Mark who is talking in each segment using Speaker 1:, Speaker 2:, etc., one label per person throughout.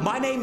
Speaker 1: My name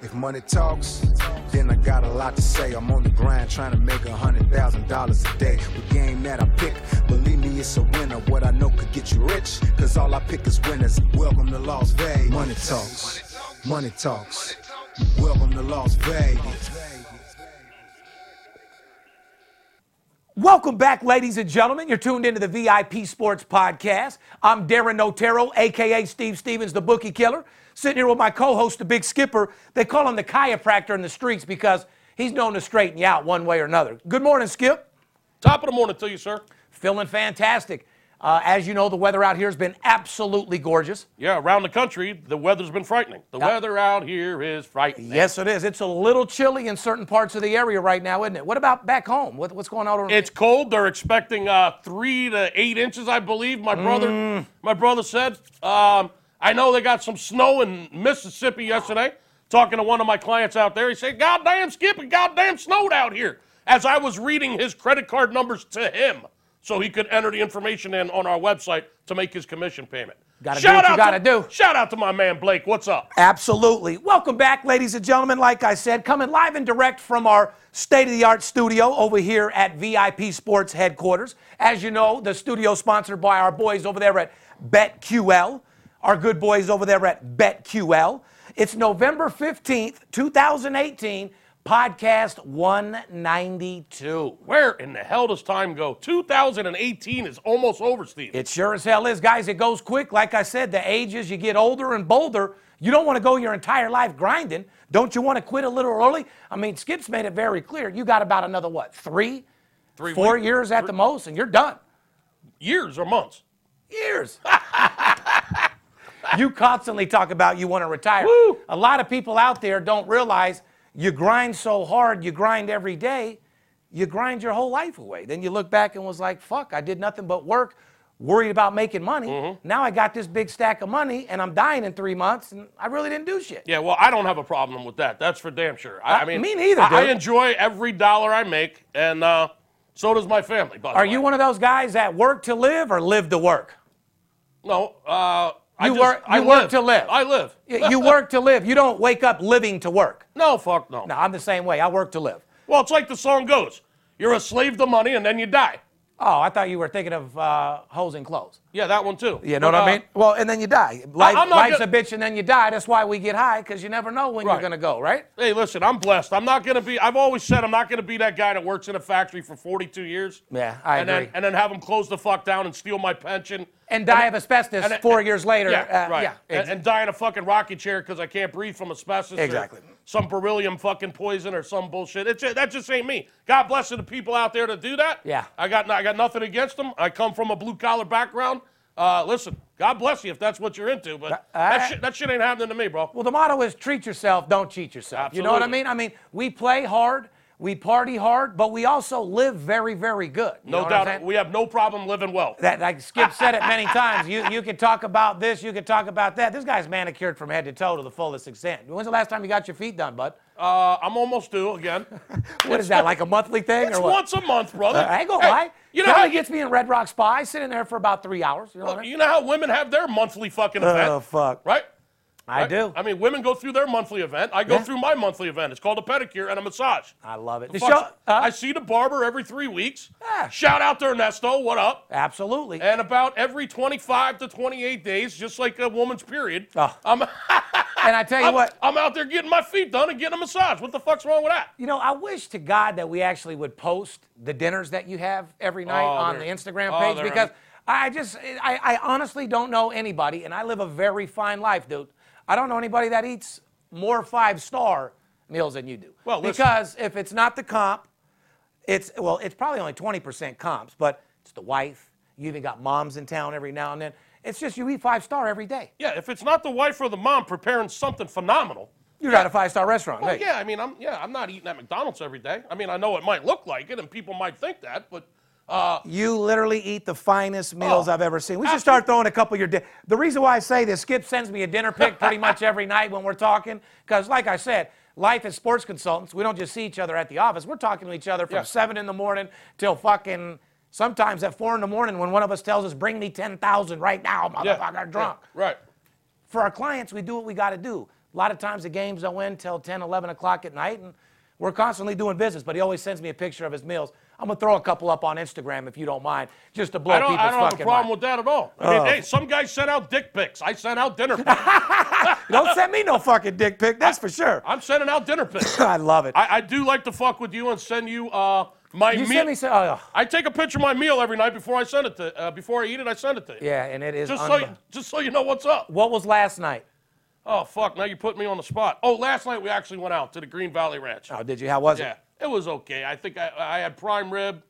Speaker 2: If money talks, then I got a lot to say. I'm on the grind trying to make a hundred thousand dollars a day. The game that I pick, believe me, it's a winner. What I know could get you rich, cause all I pick is winners. Welcome to Las Vegas. Money talks, money talks. Welcome to Las Vegas.
Speaker 3: Welcome back, ladies and gentlemen. You're tuned into the VIP Sports Podcast. I'm Darren Otero, aka Steve Stevens, the bookie killer, sitting here with my co-host, the Big Skipper. They call him the chiropractor in the streets because he's known to straighten you out one way or another. Good morning, Skip.
Speaker 4: Top of the morning to you, sir.
Speaker 3: Feeling fantastic. Uh, as you know, the weather out here has been absolutely gorgeous.
Speaker 4: Yeah, around the country, the weather's been frightening. The weather out here is frightening.
Speaker 3: Yes, it is. It's a little chilly in certain parts of the area right now, isn't it? What about back home? What, what's going on? Over-
Speaker 4: It's cold. They're expecting uh, three to eight inches, I believe. My brother, my brother said. Um, I know they got some snow in Mississippi yesterday. Talking to one of my clients out there, he said, "Goddamn, Skip, it goddamn snowed out here." As I was reading his credit card numbers to him, so he could enter the information in on our website to make his commission payment.
Speaker 3: Gotta do what you gotta
Speaker 4: to,
Speaker 3: do.
Speaker 4: Shout out to my man Blake. What's up?
Speaker 3: Absolutely. Welcome back, ladies and gentlemen. Like I said, coming live and direct from our state of the art studio over here at VIP Sports headquarters. As you know, the studio sponsored by our boys over there at BetQL, our good boys over there at BetQL. It's November 15th, 2018, podcast 192.
Speaker 4: Where in the hell does time go? 2018 is almost over, Steve.
Speaker 3: It sure as hell is, guys. It goes quick. Like I said, the ages you get older and bolder, you don't want to go your entire life grinding. Don't you want to quit a little early? I mean, Skip's made it very clear. You got about another what, three,
Speaker 4: Three
Speaker 3: four
Speaker 4: weeks-
Speaker 3: years at the most, and you're done.
Speaker 4: years or months.
Speaker 3: Years. you constantly talk about you want to retire.
Speaker 4: Woo.
Speaker 3: A lot of people out there don't realize you grind so hard, you grind every day, you grind your whole life away. Then you look back and was like, fuck, I did nothing but work, worried about making money.
Speaker 4: Mm-hmm.
Speaker 3: Now I got this big stack of money and I'm dying in three months and I really didn't do shit.
Speaker 4: Yeah, well, I don't have a problem with that. That's for damn sure. I,
Speaker 3: Uh,
Speaker 4: I mean,
Speaker 3: me neither,
Speaker 4: I, I
Speaker 3: dude.
Speaker 4: enjoy every dollar I make, and uh, so does my family. By the
Speaker 3: Are
Speaker 4: way.
Speaker 3: you one of those guys that work to live or live to work?
Speaker 4: No, uh, I
Speaker 3: You
Speaker 4: just,
Speaker 3: work-
Speaker 4: I
Speaker 3: you work to live.
Speaker 4: I live.
Speaker 3: Y- you work to live. You don't wake up living to work.
Speaker 4: No, fuck no.
Speaker 3: No, I'm the same way. I work to live.
Speaker 4: Well, it's like the song goes: "You're a slave to money, and then you die."
Speaker 3: Oh, I thought you were thinking of uh, hosing clothes.
Speaker 4: Yeah, that one too.
Speaker 3: You know what
Speaker 4: But,
Speaker 3: I
Speaker 4: uh,
Speaker 3: mean? Well, and then you die. Life,
Speaker 4: I'm not
Speaker 3: life's
Speaker 4: gonna-
Speaker 3: a bitch, and then you die. That's why we get high, because you never know when you're
Speaker 4: Right.
Speaker 3: going to go, right?
Speaker 4: Hey, listen, I'm blessed. I'm not gonna be. I've always said I'm not gonna be that guy that works in a factory for 42 years.
Speaker 3: Yeah, I
Speaker 4: and
Speaker 3: agree.
Speaker 4: Then, and then have them close the fuck down and steal my pension.
Speaker 3: And die of asbestos
Speaker 4: and-
Speaker 3: four
Speaker 4: and-
Speaker 3: years later.
Speaker 4: Yeah,
Speaker 3: uh,
Speaker 4: right.
Speaker 3: yeah,
Speaker 4: and, and die in a fucking rocket chair because I can't breathe from asbestos. or
Speaker 3: Exactly.
Speaker 4: Some beryllium fucking poison or some bullshit. It's that just ain't me. God bless the people out there to do that.
Speaker 3: Yeah.
Speaker 4: I got I got nothing against them. I come from a blue collar background. Uh, listen, God bless you if that's what you're into, but
Speaker 3: I-
Speaker 4: that, shit, that shit ain't happening to me, bro.
Speaker 3: Well, the motto is treat yourself, don't cheat yourself. You know what I
Speaker 4: Absolutely.
Speaker 3: mean? I mean, we play hard, we party hard, but we also live very, very good. You know
Speaker 4: no
Speaker 3: what I'm
Speaker 4: doubt,
Speaker 3: saying?
Speaker 4: we have no problem living well.
Speaker 3: that like Skip said it many times. You you can talk about this, you can talk about that. This guy's manicured from head to toe to the fullest extent. When's the last time you got your feet done, bud?
Speaker 4: Uh, I'm almost due again.
Speaker 3: What is that? Like a monthly thing
Speaker 4: It's
Speaker 3: or what? Uh,
Speaker 4: once a month, brother.
Speaker 3: I ain't gonna
Speaker 4: Hey,
Speaker 3: lie.
Speaker 4: You know, how,
Speaker 3: Kelly gets me in Red Rock Spa. I sit in there for about three hours. You know what I mean?
Speaker 4: you know how women have their monthly fucking event,
Speaker 3: Oh, fuck.
Speaker 4: right?
Speaker 3: I do.
Speaker 4: I mean, women go through their monthly event. I go
Speaker 3: Yeah.
Speaker 4: through my monthly event. It's called a pedicure and a massage.
Speaker 3: I love it. The
Speaker 4: Fuck,
Speaker 3: show, uh, huh?
Speaker 4: I see the barber every three weeks.
Speaker 3: Uh-huh. Yeah.
Speaker 4: Shout out to Ernesto. What up?
Speaker 3: Absolutely.
Speaker 4: And about every 25 to 28 days, just like a woman's period,
Speaker 3: Oh.
Speaker 4: I'm,
Speaker 3: And I tell you
Speaker 4: I'm,
Speaker 3: what,
Speaker 4: I'm out there getting my feet done and getting a massage. What the fuck's wrong with that?
Speaker 3: you know, I wish to God that we actually would post the dinners that you have every night
Speaker 4: Oh,
Speaker 3: on the
Speaker 4: they're-
Speaker 3: Instagram
Speaker 4: oh,
Speaker 3: page
Speaker 4: they're-
Speaker 3: because I just, I, I honestly don't know anybody, and I live a very fine life, dude. I don't know anybody that eats more five star meals than you do.
Speaker 4: Well, listen.
Speaker 3: because if it's not the comp, it's well, it's probably only 20% comps, but it's the wife. You even got moms in town every now and then. It's just you eat five star every day.
Speaker 4: Yeah, if it's not the wife or the mom preparing something phenomenal.
Speaker 3: You're at a five star restaurant.
Speaker 4: Well,
Speaker 3: hey.
Speaker 4: yeah, I mean, I'm yeah, I'm not eating at McDonald's every day. I mean, I know it might look like it, and people might think that, but Uh,
Speaker 3: You literally eat the finest meals
Speaker 4: Oh,
Speaker 3: I've ever seen. We should
Speaker 4: absolutely.
Speaker 3: start throwing a couple of your. Di- the reason why I say this, Skip sends me a dinner pic pretty much every night when we're talking, because like I said, life as sports consultants, we don't just see each other at the office. We're talking to each other from
Speaker 4: Yeah.
Speaker 3: seven in the morning till fucking sometimes at four in the morning when one of us tells us, "Bring me ten thousand right now,
Speaker 4: yeah,
Speaker 3: motherfucker,
Speaker 4: yeah,
Speaker 3: drunk."
Speaker 4: right.
Speaker 3: for our clients, we do what we got to do. A lot of times the games don't end till 10, 11 o'clock at night, and we're constantly doing business. But he always sends me a picture of his meals. I'm gonna throw a couple up on Instagram if you don't mind, just to blow
Speaker 4: I don't,
Speaker 3: people's
Speaker 4: I don't have a
Speaker 3: fucking Uh.
Speaker 4: problem
Speaker 3: mind.
Speaker 4: with that at all. I mean, hey, some guys sent out dick pics. I sent out dinner pics.
Speaker 3: Don't send me no fucking dick pic. That's for sure.
Speaker 4: I'm sending out dinner pics.
Speaker 3: I love it.
Speaker 4: I, I do like to fuck with you and send you uh, my
Speaker 3: you
Speaker 4: meal.
Speaker 3: send me some. Oh,
Speaker 4: I take a picture of my meal every night before I send it to. Uh, before I eat it, I send it to you.
Speaker 3: yeah, and it is.
Speaker 4: Just so
Speaker 3: unbe-
Speaker 4: you, just so you know what's up.
Speaker 3: what was last night?
Speaker 4: Oh fuck! Now you put me on the spot. Oh, last night we actually went out to the Green Valley Ranch.
Speaker 3: Oh, did you? How was
Speaker 4: Yeah,
Speaker 3: it?
Speaker 4: it was okay. I think I, I had prime rib,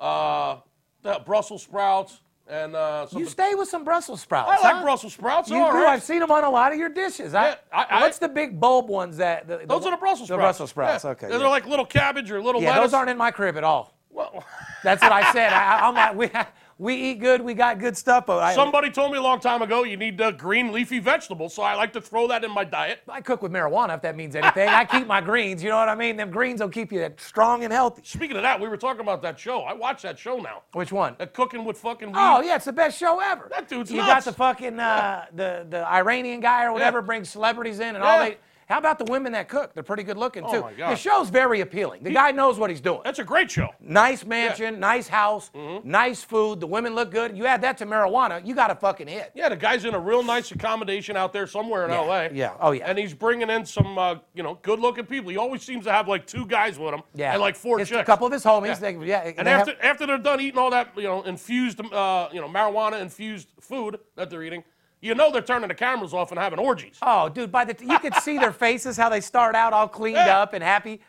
Speaker 4: uh, the Brussels sprouts, and uh, something.
Speaker 3: You stay with some Brussels sprouts.
Speaker 4: I
Speaker 3: huh?
Speaker 4: like Brussels sprouts.
Speaker 3: You
Speaker 4: they're all
Speaker 3: do.
Speaker 4: right.
Speaker 3: I've seen them on a lot of your dishes.
Speaker 4: Yeah, I- I-
Speaker 3: what's the big bulb ones that? The, the-
Speaker 4: Those are the Brussels sprouts.
Speaker 3: The Brussels sprouts.
Speaker 4: Yeah.
Speaker 3: Okay.
Speaker 4: They're
Speaker 3: yeah.
Speaker 4: like little cabbage or little
Speaker 3: yeah,
Speaker 4: lettuce.
Speaker 3: those aren't in my crib at all.
Speaker 4: Well,
Speaker 3: That's what I said. I, I- I'm like, we, we eat good, we got good stuff, but I,
Speaker 4: Somebody told me a long time ago you need uh, green leafy vegetables, so I like to throw that in my diet.
Speaker 3: I cook with marijuana if that means anything. I keep my greens, you know what I mean? Them greens will keep you strong and healthy.
Speaker 4: Speaking of that, we were talking about that show. I watch that show now.
Speaker 3: Which one?
Speaker 4: That cooking with fucking weed.
Speaker 3: Oh yeah, it's the best show ever.
Speaker 4: That dude's
Speaker 3: You got
Speaker 4: nuts.
Speaker 3: the fucking uh, the the Iranian guy or whatever
Speaker 4: Yeah.
Speaker 3: brings celebrities in and all
Speaker 4: Yeah. Oh
Speaker 3: they. How about the women that cook? They're pretty good looking too.
Speaker 4: my God.
Speaker 3: The show's very appealing. The guy knows what he's doing.
Speaker 4: That's a great show.
Speaker 3: Nice mansion, nice house,
Speaker 4: Mm-hmm.
Speaker 3: nice food. The women look good. You add that to marijuana, you got a fucking hit.
Speaker 4: Yeah, the guy's in a real nice accommodation out there somewhere in
Speaker 3: Yeah,
Speaker 4: L.A.
Speaker 3: yeah. Oh, yeah.
Speaker 4: And he's bringing in some, uh, you know, good-looking people. He always seems to have like two guys with him.
Speaker 3: Yeah.
Speaker 4: And like four
Speaker 3: it's
Speaker 4: chicks.
Speaker 3: A couple of his homies.
Speaker 4: Yeah.
Speaker 3: They, yeah
Speaker 4: And
Speaker 3: they have-
Speaker 4: after after they're done eating all that, you know, infused, uh, you know, marijuana-infused food that they're eating, you know, they're turning the cameras off and having orgies.
Speaker 3: Oh, dude, by the t- you could see their faces how they start out all cleaned
Speaker 4: Yeah.
Speaker 3: up and happy.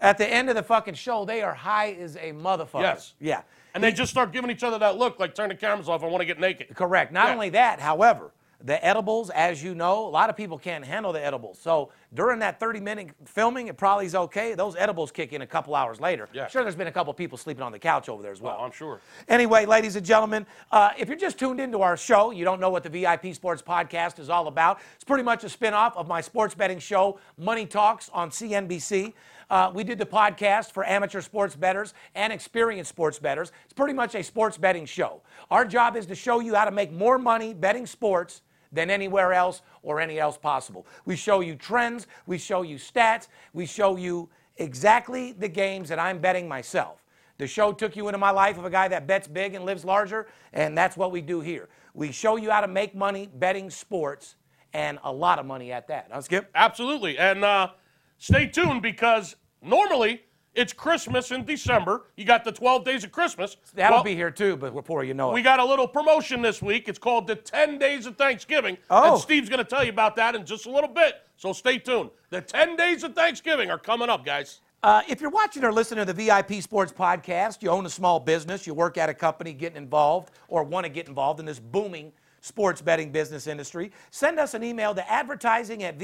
Speaker 3: At the end of the fucking show, they are high as a motherfucker.
Speaker 4: Yes.
Speaker 3: Yeah.
Speaker 4: And they just start giving each other that look, like turn the cameras off. I want to get naked.
Speaker 3: Correct. Not
Speaker 4: Yeah.
Speaker 3: only that, however, the edibles, as you know, a lot of people can't handle the edibles. So during that 30 minute filming, it probably is okay. Those edibles kick in a couple hours later.
Speaker 4: Yeah.
Speaker 3: Sure, there's been a couple people sleeping on the couch over there as well.
Speaker 4: Oh, I'm sure.
Speaker 3: Anyway, ladies and gentlemen, uh, if you're just tuned into our show, you don't know what the VIP Sports Podcast is all about. It's pretty much a spinoff of my sports betting show, Money Talks, on CNBC. Uh, we did the podcast for amateur sports bettors and experienced sports bettors. It's pretty much a sports betting show. Our job is to show you how to make more money betting sports than anywhere else or any else possible. We show you trends, we show you stats, we show you exactly the games that I'm betting myself. The show took you into my life of a guy that bets big and lives larger, and that's what we do here. We show you how to make money betting sports and a lot of money at that. Huh, Skip?
Speaker 4: Absolutely. And uh, stay tuned because normally it's Christmas in December. You got the 12 days of Christmas.
Speaker 3: That'll
Speaker 4: Well,
Speaker 3: be here too, but before you know it.
Speaker 4: We got a little promotion this week. It's called the 10 Days of Thanksgiving.
Speaker 3: Oh.
Speaker 4: And Steve's going to tell you about that in just a little bit. So stay tuned. The 10 Days of Thanksgiving are coming up, guys.
Speaker 3: Uh, if you're watching or listening to the VIP Sports Podcast, you own a small business, you work at a company getting involved or want to get involved in this booming sports betting business industry, send us an email to advertising at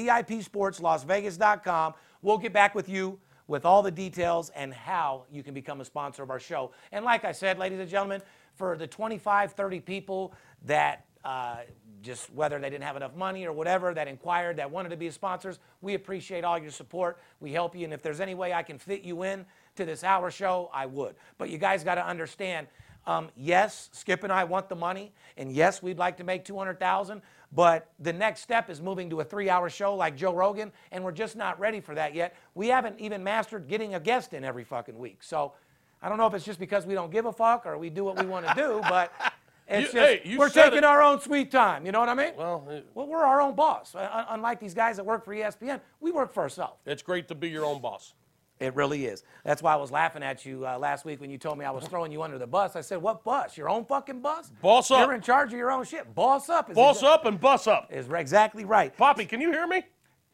Speaker 3: VIPSportsLasVegas.com. We'll get back with you with all the details and how you can become a sponsor of our show. And like I said, ladies and gentlemen, for the 25, 30 people that uh, just whether they didn't have enough money or whatever that inquired that wanted to be sponsors we appreciate all your support we help you and if there's any way i can fit you in to this hour show i would but you guys got to understand um, yes skip and i want the money and yes we'd like to make 200000 but the next step is moving to a three hour show like joe rogan and we're just not ready for that yet we haven't even mastered getting a guest in every fucking week so i don't know if it's just because we don't give a fuck or we do what we want to do but it's
Speaker 4: You-
Speaker 3: just
Speaker 4: hey, you
Speaker 3: we're
Speaker 4: said
Speaker 3: taking
Speaker 4: it.
Speaker 3: our own sweet time. You know what I mean?
Speaker 4: Well, it-
Speaker 3: well we're our own boss. Uh, un- Unlike these guys that work for E ESPN, we work for ourselves.
Speaker 4: It's great to be your own boss.
Speaker 3: It really is. That's why I was laughing at you uh, last week when you told me I was throwing you under the bus. I said, "What bus? Your own fucking bus?
Speaker 4: Boss up.
Speaker 3: You're in charge of your own shit. Boss up. Is
Speaker 4: Boss
Speaker 3: exa-
Speaker 4: up and bus up.
Speaker 3: is re- exactly right.
Speaker 4: Poppy, can you hear me?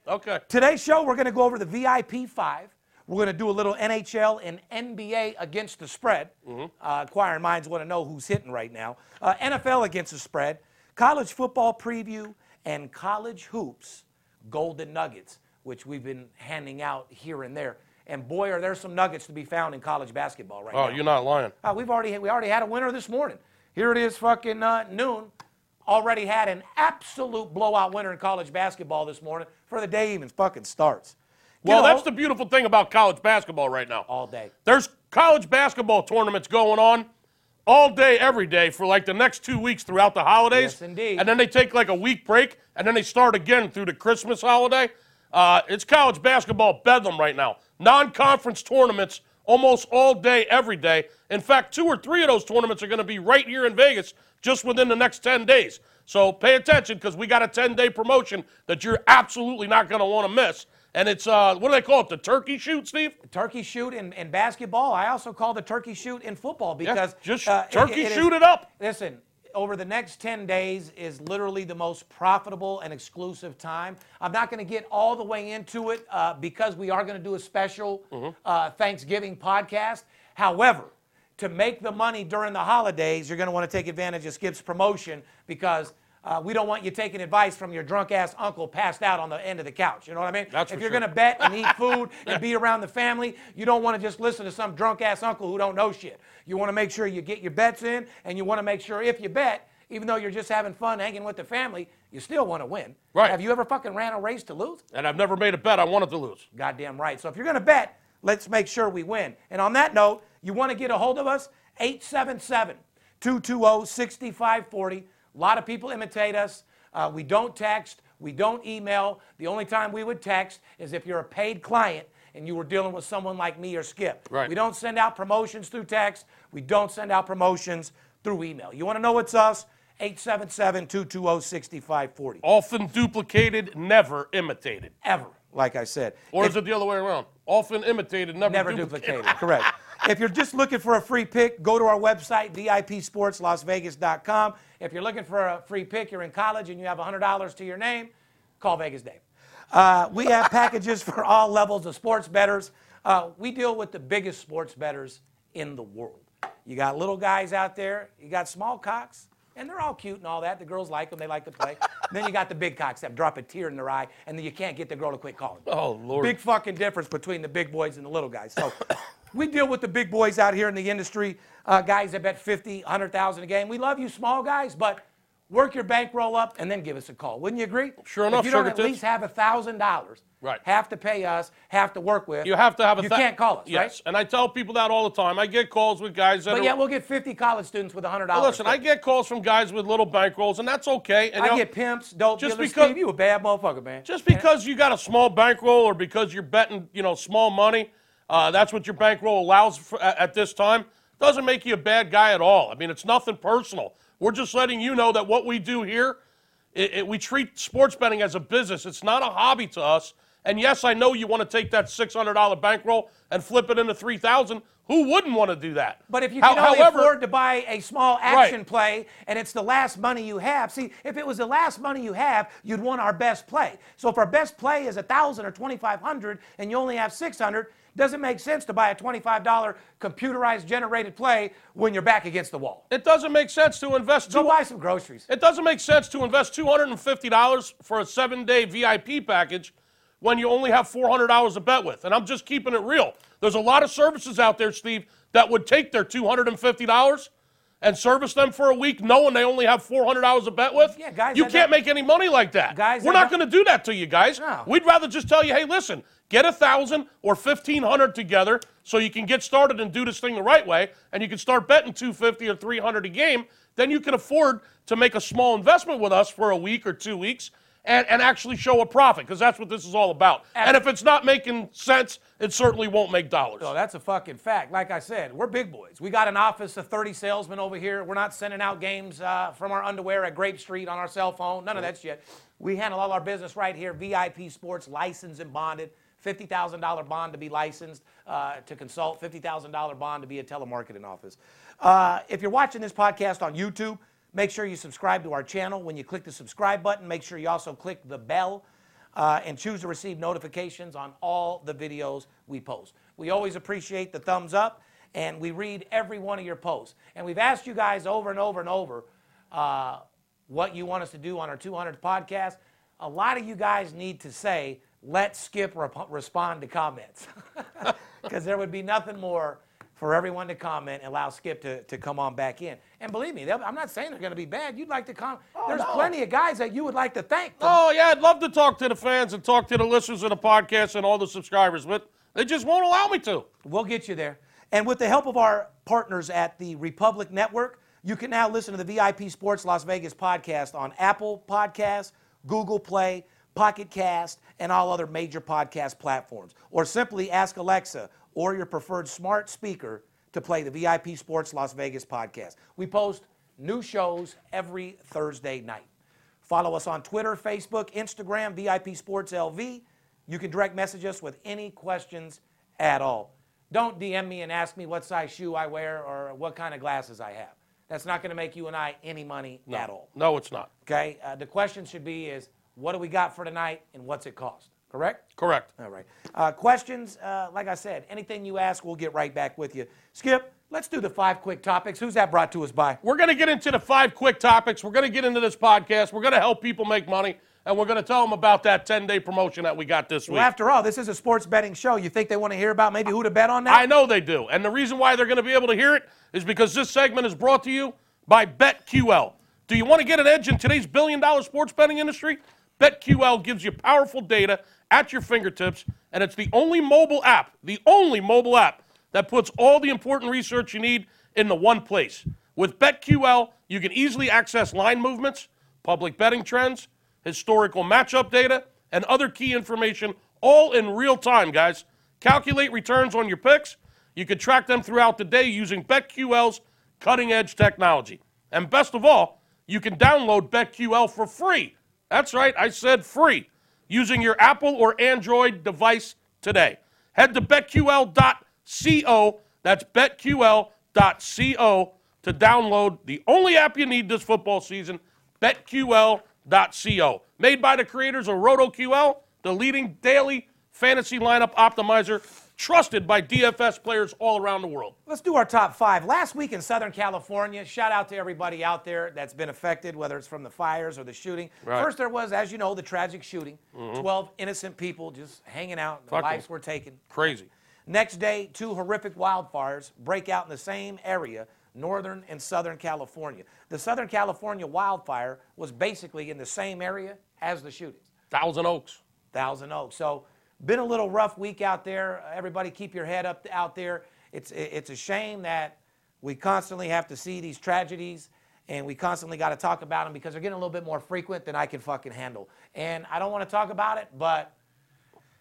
Speaker 4: Okay.
Speaker 3: Today's show, we're going to go over the VIP five. We're going to do a little NHL and NBA against the spread. Uh, inquiring minds want to know who's hitting right now. Uh, NFL against the spread, college football preview, and college hoops golden nuggets, which we've been handing out here and there. And boy, are there some nuggets to be found in college basketball right
Speaker 4: Oh,
Speaker 3: now.
Speaker 4: you're not lying.
Speaker 3: Uh, we've already we already had a winner this morning. Here it is, fucking uh, noon. Already had an absolute blowout winner in college basketball this morning for the day even fucking starts. Get
Speaker 4: Well,
Speaker 3: a
Speaker 4: that's the
Speaker 3: hold-
Speaker 4: beautiful thing about college basketball right now.
Speaker 3: all day.
Speaker 4: There's college basketball tournaments going on all day, every day for like the next two weeks throughout the holidays.
Speaker 3: Yes, indeed.
Speaker 4: And then they take like a week break, and then they start again through the Christmas holiday. Uh, it's college basketball bedlam right now. Non-conference tournaments almost all day, every day. In fact, two or three of those tournaments are going to be right here in Vegas just within the next 10 days. So pay attention because we got a 10-day promotion that you're absolutely not going to want to miss. And it's uh, what do they call it? The turkey shoot, Steve?
Speaker 3: Turkey shoot in, in basketball. I also call the turkey shoot in football because
Speaker 4: just
Speaker 3: uh,
Speaker 4: turkey
Speaker 3: is-
Speaker 4: shoot it up.
Speaker 3: Listen, over the next 10 days is literally the most profitable and exclusive time. I'm not going to get all the way into it uh, because we are going to do a special
Speaker 4: Mm-hmm.
Speaker 3: uh, Thanksgiving podcast. However, to make the money during the holidays, you're going to want to take advantage of Skip's promotion because. Uh, we don't want you taking advice from your drunk ass uncle passed out on the end of the couch. You know what I mean?
Speaker 4: That's
Speaker 3: if
Speaker 4: for
Speaker 3: you're
Speaker 4: sure.
Speaker 3: going to bet and eat food and be around the family. You don't want to just listen to some drunk ass uncle who don't know shit. You want to make sure you get your bets in, and you want to make sure if you bet, even though you're just having fun hanging with the family, you still want to win.
Speaker 4: Right.
Speaker 3: Have you ever fucking ran a race to lose?
Speaker 4: And I've never made a bet I wanted to lose.
Speaker 3: Goddamn right. So if you're going to bet, let's make sure we win. And on that note, you want to get a hold of us? 877 220 6540. A lot of oh. people imitate us. Uh, we don't text, we don't email. The only time we would text is if you're a paid client and you were dealing with someone like me or Skip.
Speaker 4: Right.
Speaker 3: We don't send out promotions through text, we don't send out promotions through email. You want to know what's us? 877 220 6540.
Speaker 4: Often duplicated, never imitated.
Speaker 3: oh. Ever, like I said.
Speaker 4: Or
Speaker 3: If-
Speaker 4: is it the other way around? Often imitated, never,
Speaker 3: never
Speaker 4: duplicated.
Speaker 3: duplicated. Correct. If you're just looking for a free pick, go to our website, VIPSportsLasVegas.com. If you're looking for a free pick, you're in college and you have $100 to your name, call Vegas Dave. Uh, we have packages for all levels of sports bettors. Uh, we deal with the biggest sports bettors in the world. You got little guys out there, you got small cocks, and they're all cute and all that. The girls like them, they like to play. then you got the big cocks that drop a tear in their eye, and then you can't get the girl to quit calling.
Speaker 4: Oh, Lord.
Speaker 3: Big fucking difference between the big boys and the little guys. So we deal with the big boys out here in the industry, uh, guys that bet 50, 100,000 a game. We love you small guys, but work your bankroll up and then give us a call. Wouldn't you agree?
Speaker 4: Sure enough,
Speaker 3: If you don't
Speaker 4: sugar
Speaker 3: at
Speaker 4: tits.
Speaker 3: least have $1,000,
Speaker 4: Right.
Speaker 3: have to pay us, have to work with.
Speaker 4: You have to have a
Speaker 3: You
Speaker 4: thou-
Speaker 3: can't call us,
Speaker 4: yes.
Speaker 3: right?
Speaker 4: and I tell people that all the time. I get calls with guys that
Speaker 3: But
Speaker 4: are.
Speaker 3: yeah, we'll get 50 college students with $100.
Speaker 4: listen, I get calls from guys with little bankrolls, and that's okay. And you
Speaker 3: I
Speaker 4: know,
Speaker 3: get pimps, dope
Speaker 4: Just
Speaker 3: dealers.
Speaker 4: because-
Speaker 3: Steve, you a bad motherfucker, man.
Speaker 4: Just because you got a small bankroll or because you're betting, you know, small money, uh, that's what your bankroll allows for, at, at this time, doesn't make you a bad guy at all. I mean, it's nothing personal. We're just letting you know that what we do here, it, it- we treat sports betting as a business. It's not a hobby to us. And yes, I know you want to take that $600 bankroll and flip it into 3000 Who wouldn't want to do that?
Speaker 3: But if you
Speaker 4: How-
Speaker 3: can only
Speaker 4: however,
Speaker 3: afford to buy a small action
Speaker 4: Right.
Speaker 3: play and it's the last money you have, see, if it was the last money you have, you'd want our best play. So if our best play is a thousand or twenty five hundred and you only have six hundred, doesn't make sense to buy a twenty five dollar computerized generated play when you're back against the wall.
Speaker 4: it doesn't make sense to invest
Speaker 3: Go
Speaker 4: too
Speaker 3: buy some groceries.
Speaker 4: It doesn't make sense to invest $250 for a seven day VIP package when you only have $400 to bet with. And I'm just keeping it real. There's a lot of services out there, Steve, that would take their $250 and service them for a week knowing they only have $400 to bet with.
Speaker 3: Yeah, guys
Speaker 4: You
Speaker 3: that
Speaker 4: can't
Speaker 3: don't-
Speaker 4: make any money like that.
Speaker 3: Guys
Speaker 4: We're
Speaker 3: that
Speaker 4: not
Speaker 3: don't-
Speaker 4: going to do that to you guys.
Speaker 3: No.
Speaker 4: We'd rather just tell you, hey, listen, get a 1000 or 1500 together so you can get started and do this thing the right way and you can start betting 250 or 300 a game. Then you can afford to make a small investment with us for a week or two weeks and, and actually show a profit because that's what this is all about. And if it's not making sense, it certainly won't make dollars.
Speaker 3: No, that's a fucking fact. Like I said, we're big boys. We got an office of 30 salesmen over here. We're not sending out games uh, from our underwear at Grape Street on our cell phone. None of that shit. We handle all our business right here. VIP Sports, licensed and bonded. $50,000 bond to be licensed uh, to consult, $50,000 bond to be a telemarketing office. Uh, if you're watching this podcast on YouTube, make sure you subscribe to our channel. When you click the subscribe button, make sure you also click the bell uh, and choose to receive notifications on all the videos we post. We always appreciate the thumbs up, and we read every one of your posts. And we've asked you guys over and over and over uh, what you want us to do on our 200th podcast. A lot of you guys need to say let Skip rep- respond to comments. Because there would be nothing more for everyone to comment and allow Skip to, to come on back in. And believe me, they'll- I'm not saying they're going to be bad. You'd like to comment. There's plenty of guys that you would like to thank. for-
Speaker 4: Oh yeah, I'd love to talk to the fans and talk to the listeners of the podcast and all the subscribers, but they just won't allow me to.
Speaker 3: We'll get you there. And with the help of our partners at the Republic Network, you can now listen to the VIP Sports Las Vegas podcast on Apple Podcasts, Google Play, Pocket Cast, and all other major podcast platforms. Or simply ask Alexa or your preferred smart speaker to play the VIP Sports Las Vegas podcast. We post new shows every Thursday night. Follow us on Twitter, Facebook, Instagram, VIP Sports LV. You can direct message us with any questions at all. Don't DM me and ask me what size shoe I wear or what kind of glasses I have. That's not going to make you and I any money at all.
Speaker 4: No, it's not.
Speaker 3: Okay? Uh, the question should be is what do we got for tonight and what's it cost? Correct?
Speaker 4: Correct.
Speaker 3: All right. Uh, questions, uh, like I said, anything you ask, we'll get right back with you. Skip, let's do the five quick topics. Who's that brought to us by?
Speaker 4: We're going to get into the five quick topics. We're going to get into this podcast. We're going to help people make money, and we're going to tell them about that 10 day promotion that we got this week.
Speaker 3: Well, after all, this is a sports betting show. You think they want to hear about maybe who to bet on now?
Speaker 4: I know they do. And the reason why they're going to be able to hear it is because this segment is brought to you by BetQL. Do you want to get an edge in today's billion dollar sports betting industry? BetQL gives you powerful data at your fingertips, and it's the only mobile app, the only mobile app that puts all the important research you need into one place. With BetQL, you can easily access line movements, public betting trends, historical matchup data, and other key information all in real time, guys. Calculate returns on your picks. You can track them throughout the day using BetQL's cutting edge technology. And best of all, you can download BetQL for free. That's right, I said free using your Apple or Android device today. Head to betql.co, that's betql.co, to download the only app you need this football season, betql.co. Made by the creators of RotoQL, the leading daily fantasy lineup optimizer, trusted by DFS players all around the world.
Speaker 3: Let's do our top five. Last week in Southern California, shout out to everybody out there that's been affected, whether it's from the fires or the shooting.
Speaker 4: Right. Mm-hmm.
Speaker 3: First, there was, as you know, the tragic shooting 12 innocent people just hanging out, their
Speaker 4: Fuck 'em.
Speaker 3: lives were taken.
Speaker 4: Crazy.
Speaker 3: Next day, two horrific wildfires break out in the same area, northern and southern California. The Southern California wildfire was basically in the same area as the shootings.
Speaker 4: Thousand Oaks.
Speaker 3: Thousand Oaks. So, been a little rough week out there. Everybody, keep your head up out there. It's it's a shame that we constantly have to see these tragedies, and we constantly got to talk about them because they're getting a little bit more frequent than I can fucking handle. And I don't want to talk about it, but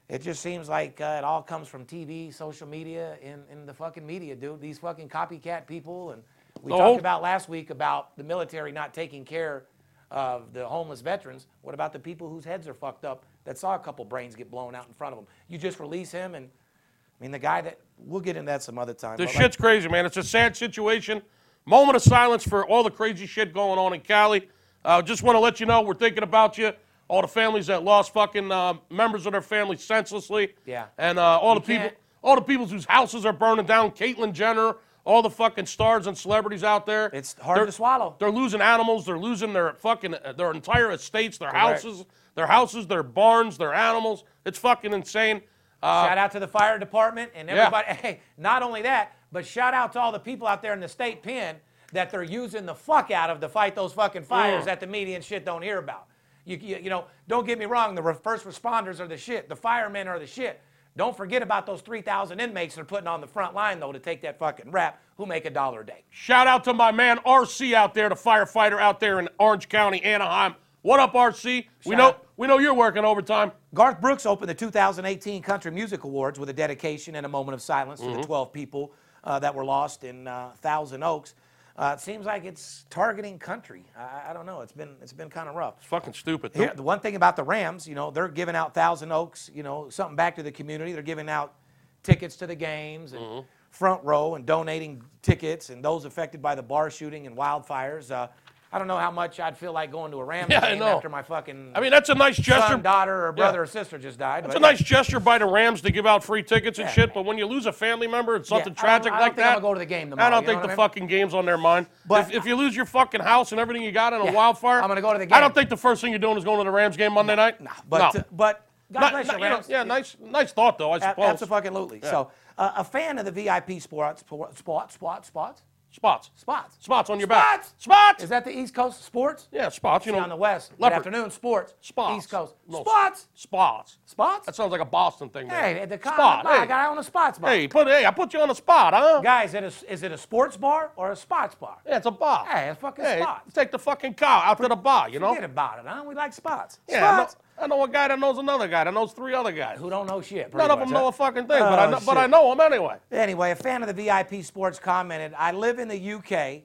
Speaker 3: it just seems like uh, it all comes from TV, social media, and, and the fucking media, dude. These fucking copycat people. And we
Speaker 4: The
Speaker 3: talked
Speaker 4: whole-
Speaker 3: about last week about the military not taking care of the homeless veterans. What about the people whose heads are fucked up that saw a couple brains get blown out in front of them? You just release him, and I mean, the guy that, we'll get into that some other time.
Speaker 4: This
Speaker 3: but, like,
Speaker 4: shit's crazy, man. It's a sad situation. Moment of silence for all the crazy shit going on in Cali. Uh, just want to let you know we're thinking about you. All the families that lost fucking uh, members of their family senselessly.
Speaker 3: Yeah.
Speaker 4: And uh, all
Speaker 3: You
Speaker 4: the people,
Speaker 3: can't-
Speaker 4: all the people whose houses are burning down. Caitlyn Jenner, all the fucking stars and celebrities out there.
Speaker 3: It's hard
Speaker 4: They're-
Speaker 3: to swallow.
Speaker 4: They're losing animals. They're losing their fucking uh, their entire estates, their houses, their houses, their barns, their animals. It's fucking insane. Uh,
Speaker 3: Shout out to the fire department and everybody. Hey, not only that, but shout out to all the people out there in the state pen that they're using the fuck out of to fight those fucking fires
Speaker 4: Mm.
Speaker 3: that the media and shit don't hear about. You, you, you know, don't get me wrong, the re- first responders are the shit, the firemen are the shit. Don't forget about those 3,000 inmates they're putting on the front line, though, to take that fucking rap who make a dollar a day.
Speaker 4: Shout out to my man RC out there, the firefighter out there in Orange County, Anaheim. What up, RC? we
Speaker 3: Shout
Speaker 4: know
Speaker 3: out.
Speaker 4: we know you're working overtime.
Speaker 3: Garth Brooks opened the 2018 Country Music Awards with a dedication and a moment of silence for
Speaker 4: Mm-hmm.
Speaker 3: the 12 people uh, that were lost in uh, Thousand Oaks. Uh, it seems like it's targeting country. I, I don't know. It's been it's been kind of rough.
Speaker 4: Fucking stupid.
Speaker 3: Here, the one thing about the Rams, you know, they're giving out Thousand Oaks, you know, something back to the community. They're giving out tickets to the games and
Speaker 4: Mm-hmm.
Speaker 3: front row and donating tickets and those affected by the bar shooting and wildfires. Uh, I don't know how much I'd feel like going to a Rams
Speaker 4: Yeah, I
Speaker 3: game
Speaker 4: know.
Speaker 3: after my fucking
Speaker 4: I mean, that's a nice gesture.
Speaker 3: son, daughter, or brother
Speaker 4: Yeah.
Speaker 3: or sister just died.
Speaker 4: It's
Speaker 3: but-
Speaker 4: a nice gesture by the Rams to give out free tickets and
Speaker 3: Yeah.
Speaker 4: shit, but when you lose a family member and something
Speaker 3: I don't-
Speaker 4: tragic
Speaker 3: I don't
Speaker 4: like
Speaker 3: think
Speaker 4: that,
Speaker 3: I'm gonna go to the game
Speaker 4: I
Speaker 3: tomorrow,
Speaker 4: don't
Speaker 3: you
Speaker 4: think
Speaker 3: know
Speaker 4: the
Speaker 3: what I mean?
Speaker 4: fucking game's on their mind.
Speaker 3: But-
Speaker 4: if, if you lose your fucking house and everything you got in a
Speaker 3: Yeah,
Speaker 4: wildfire,
Speaker 3: I'm gonna go to the
Speaker 4: I
Speaker 3: game.
Speaker 4: don't think the first thing you're doing is going to the Rams game Monday night. No,
Speaker 3: But, but God
Speaker 4: Not-
Speaker 3: bless
Speaker 4: not-
Speaker 3: you,
Speaker 4: you know,
Speaker 3: Rams.
Speaker 4: yeah, nice, nice thought though. I
Speaker 3: A-
Speaker 4: suppose
Speaker 3: Absolutely. So, uh, a fan of the VIP sports, sports, sports, sports, sports,
Speaker 4: spots,
Speaker 3: spots.
Speaker 4: spots on your back,
Speaker 3: Spots!
Speaker 4: spots.
Speaker 3: Is that the East Coast sports?
Speaker 4: yeah, spots. You know,
Speaker 3: on the West. Good
Speaker 4: leopard.
Speaker 3: afternoon, sports.
Speaker 4: Spots.
Speaker 3: East Coast.
Speaker 4: No,
Speaker 3: Spots.
Speaker 4: Spots.
Speaker 3: Spots.
Speaker 4: That sounds like a Boston thing.
Speaker 3: hey,
Speaker 4: there.
Speaker 3: at the con-
Speaker 4: spot.
Speaker 3: I
Speaker 4: hey.
Speaker 3: got on the spots bar.
Speaker 4: hey, put hey, I put you on the spot, huh?
Speaker 3: Guys, it is, is it a sports bar or a spots bar?
Speaker 4: yeah, it's a bar.
Speaker 3: Hey, it's fucking
Speaker 4: Hey,
Speaker 3: spots.
Speaker 4: Take the fucking cow out to the bar. You know.
Speaker 3: Forget about it, huh? We like spots.
Speaker 4: Yeah, I know,
Speaker 3: spots.
Speaker 4: I know a guy that knows another guy that knows three other guys.
Speaker 3: Who don't know shit. pretty
Speaker 4: None of
Speaker 3: much,
Speaker 4: them know
Speaker 3: huh?
Speaker 4: a fucking thing, but I
Speaker 3: Oh,
Speaker 4: know, but I
Speaker 3: shit.
Speaker 4: know them anyway.
Speaker 3: Anyway, a fan of the VIP Sports commented, I live in the UK.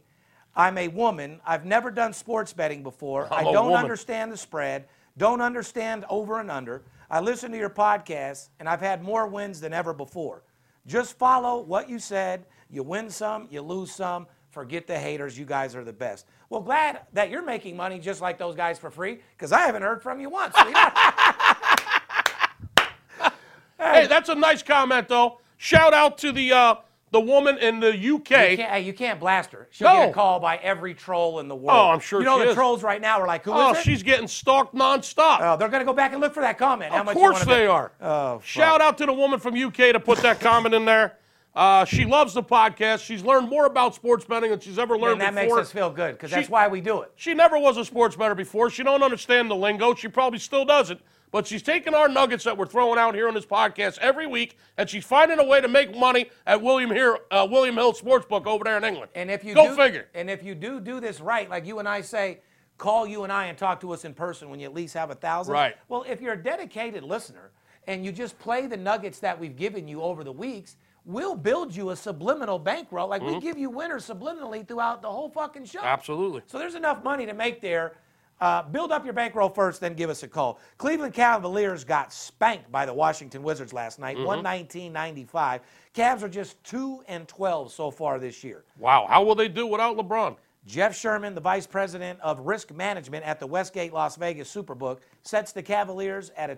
Speaker 3: I'm a woman. I've never done sports betting before. I
Speaker 4: I'm a
Speaker 3: don't
Speaker 4: woman."
Speaker 3: understand the spread, don't understand over and under. I listen to your podcast, and I've had more wins than ever before. Just follow what you said. You win some, you lose some. Forget the haters. You guys are the best. Well, glad that you're making money just like those guys for free, because I haven't heard from you once. sweetheart.
Speaker 4: Hey, that's a nice comment though. Shout out to the uh, the woman in the
Speaker 3: You
Speaker 4: UK.
Speaker 3: can't, hey, you can't blast her. She'll
Speaker 4: No.
Speaker 3: get a call by every troll in the world.
Speaker 4: Oh, I'm sure
Speaker 3: You know
Speaker 4: she
Speaker 3: the
Speaker 4: is.
Speaker 3: trolls right now are like, who is
Speaker 4: Oh,
Speaker 3: it?
Speaker 4: she's getting stalked nonstop.
Speaker 3: Oh, they're gonna go back and look for that comment. How
Speaker 4: of
Speaker 3: much you
Speaker 4: course
Speaker 3: wanna
Speaker 4: they
Speaker 3: bet.
Speaker 4: are. Oh, Shout out to the woman from UK to put that comment in there. Uh, she loves the podcast. She's learned more about sports betting than she's ever
Speaker 3: And
Speaker 4: learned
Speaker 3: that makes
Speaker 4: before.
Speaker 3: us feel good because that's
Speaker 4: She-
Speaker 3: why we do it.
Speaker 4: She never was a sports better before. She don't understand the lingo. She probably still doesn't. But she's taking our nuggets that we're throwing out here on this podcast every week, and she's finding a way to make money at William here, uh, William Hill Sportsbook over there in England.
Speaker 3: And if you
Speaker 4: go
Speaker 3: do,
Speaker 4: figure.
Speaker 3: And if you do do this right, like you and I say, call you and I and talk to us in person when you at least have a thousand.
Speaker 4: Right.
Speaker 3: Well, if you're a dedicated listener and you just play the nuggets that we've given you over the weeks, we'll build you a subliminal bankroll. Like we give you winners subliminally throughout the whole fucking show.
Speaker 4: Mm-hmm. Absolutely.
Speaker 3: So there's enough money to make there. Uh, build up your bankroll first, then give us a call. Cleveland Cavaliers got spanked by the Washington Wizards last
Speaker 4: Mm-hmm.
Speaker 3: night, 119-95. Cavs are just two and twelve so far this year.
Speaker 4: Wow, how will they do without LeBron?
Speaker 3: Jeff Sherman, the vice president of risk management at the Westgate Las Vegas Superbook, sets the Cavaliers at a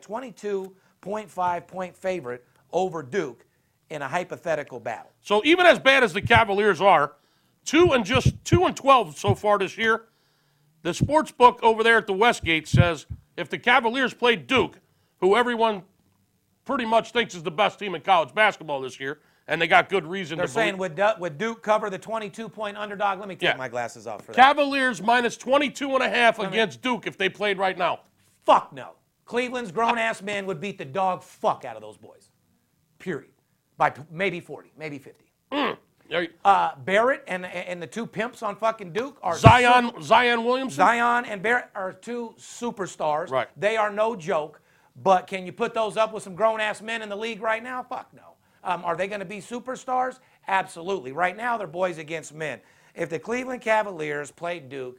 Speaker 3: 22.5 point favorite over Duke in a hypothetical battle.
Speaker 4: So even as bad as the Cavaliers are, two and just two and twelve so far this year, the sports book over there at the Westgate says if the Cavaliers play Duke, who everyone pretty much thinks is the best team in college basketball this year, and they got good reason
Speaker 3: They're
Speaker 4: to
Speaker 3: saying
Speaker 4: believe.
Speaker 3: would, Du- would Duke cover the 22 point underdog? Let me take
Speaker 4: Yeah.
Speaker 3: my glasses off for that.
Speaker 4: Cavaliers minus 22 and a half against Duke if they played right now.
Speaker 3: Fuck no. Cleveland's grown ass men would beat the dog fuck out of those boys. Period. By p- maybe 40, maybe 50.
Speaker 4: There you-
Speaker 3: Uh, Barrett and, and the two pimps on fucking Duke are
Speaker 4: Zion Zion Williamson.
Speaker 3: Zion and Barrett are two superstars.
Speaker 4: Right.
Speaker 3: They are no joke. But can you put those up with some grown ass men in the league right now? Fuck no. Um, are they going to be superstars? Absolutely. Right now, they're boys against men. If the Cleveland Cavaliers played Duke,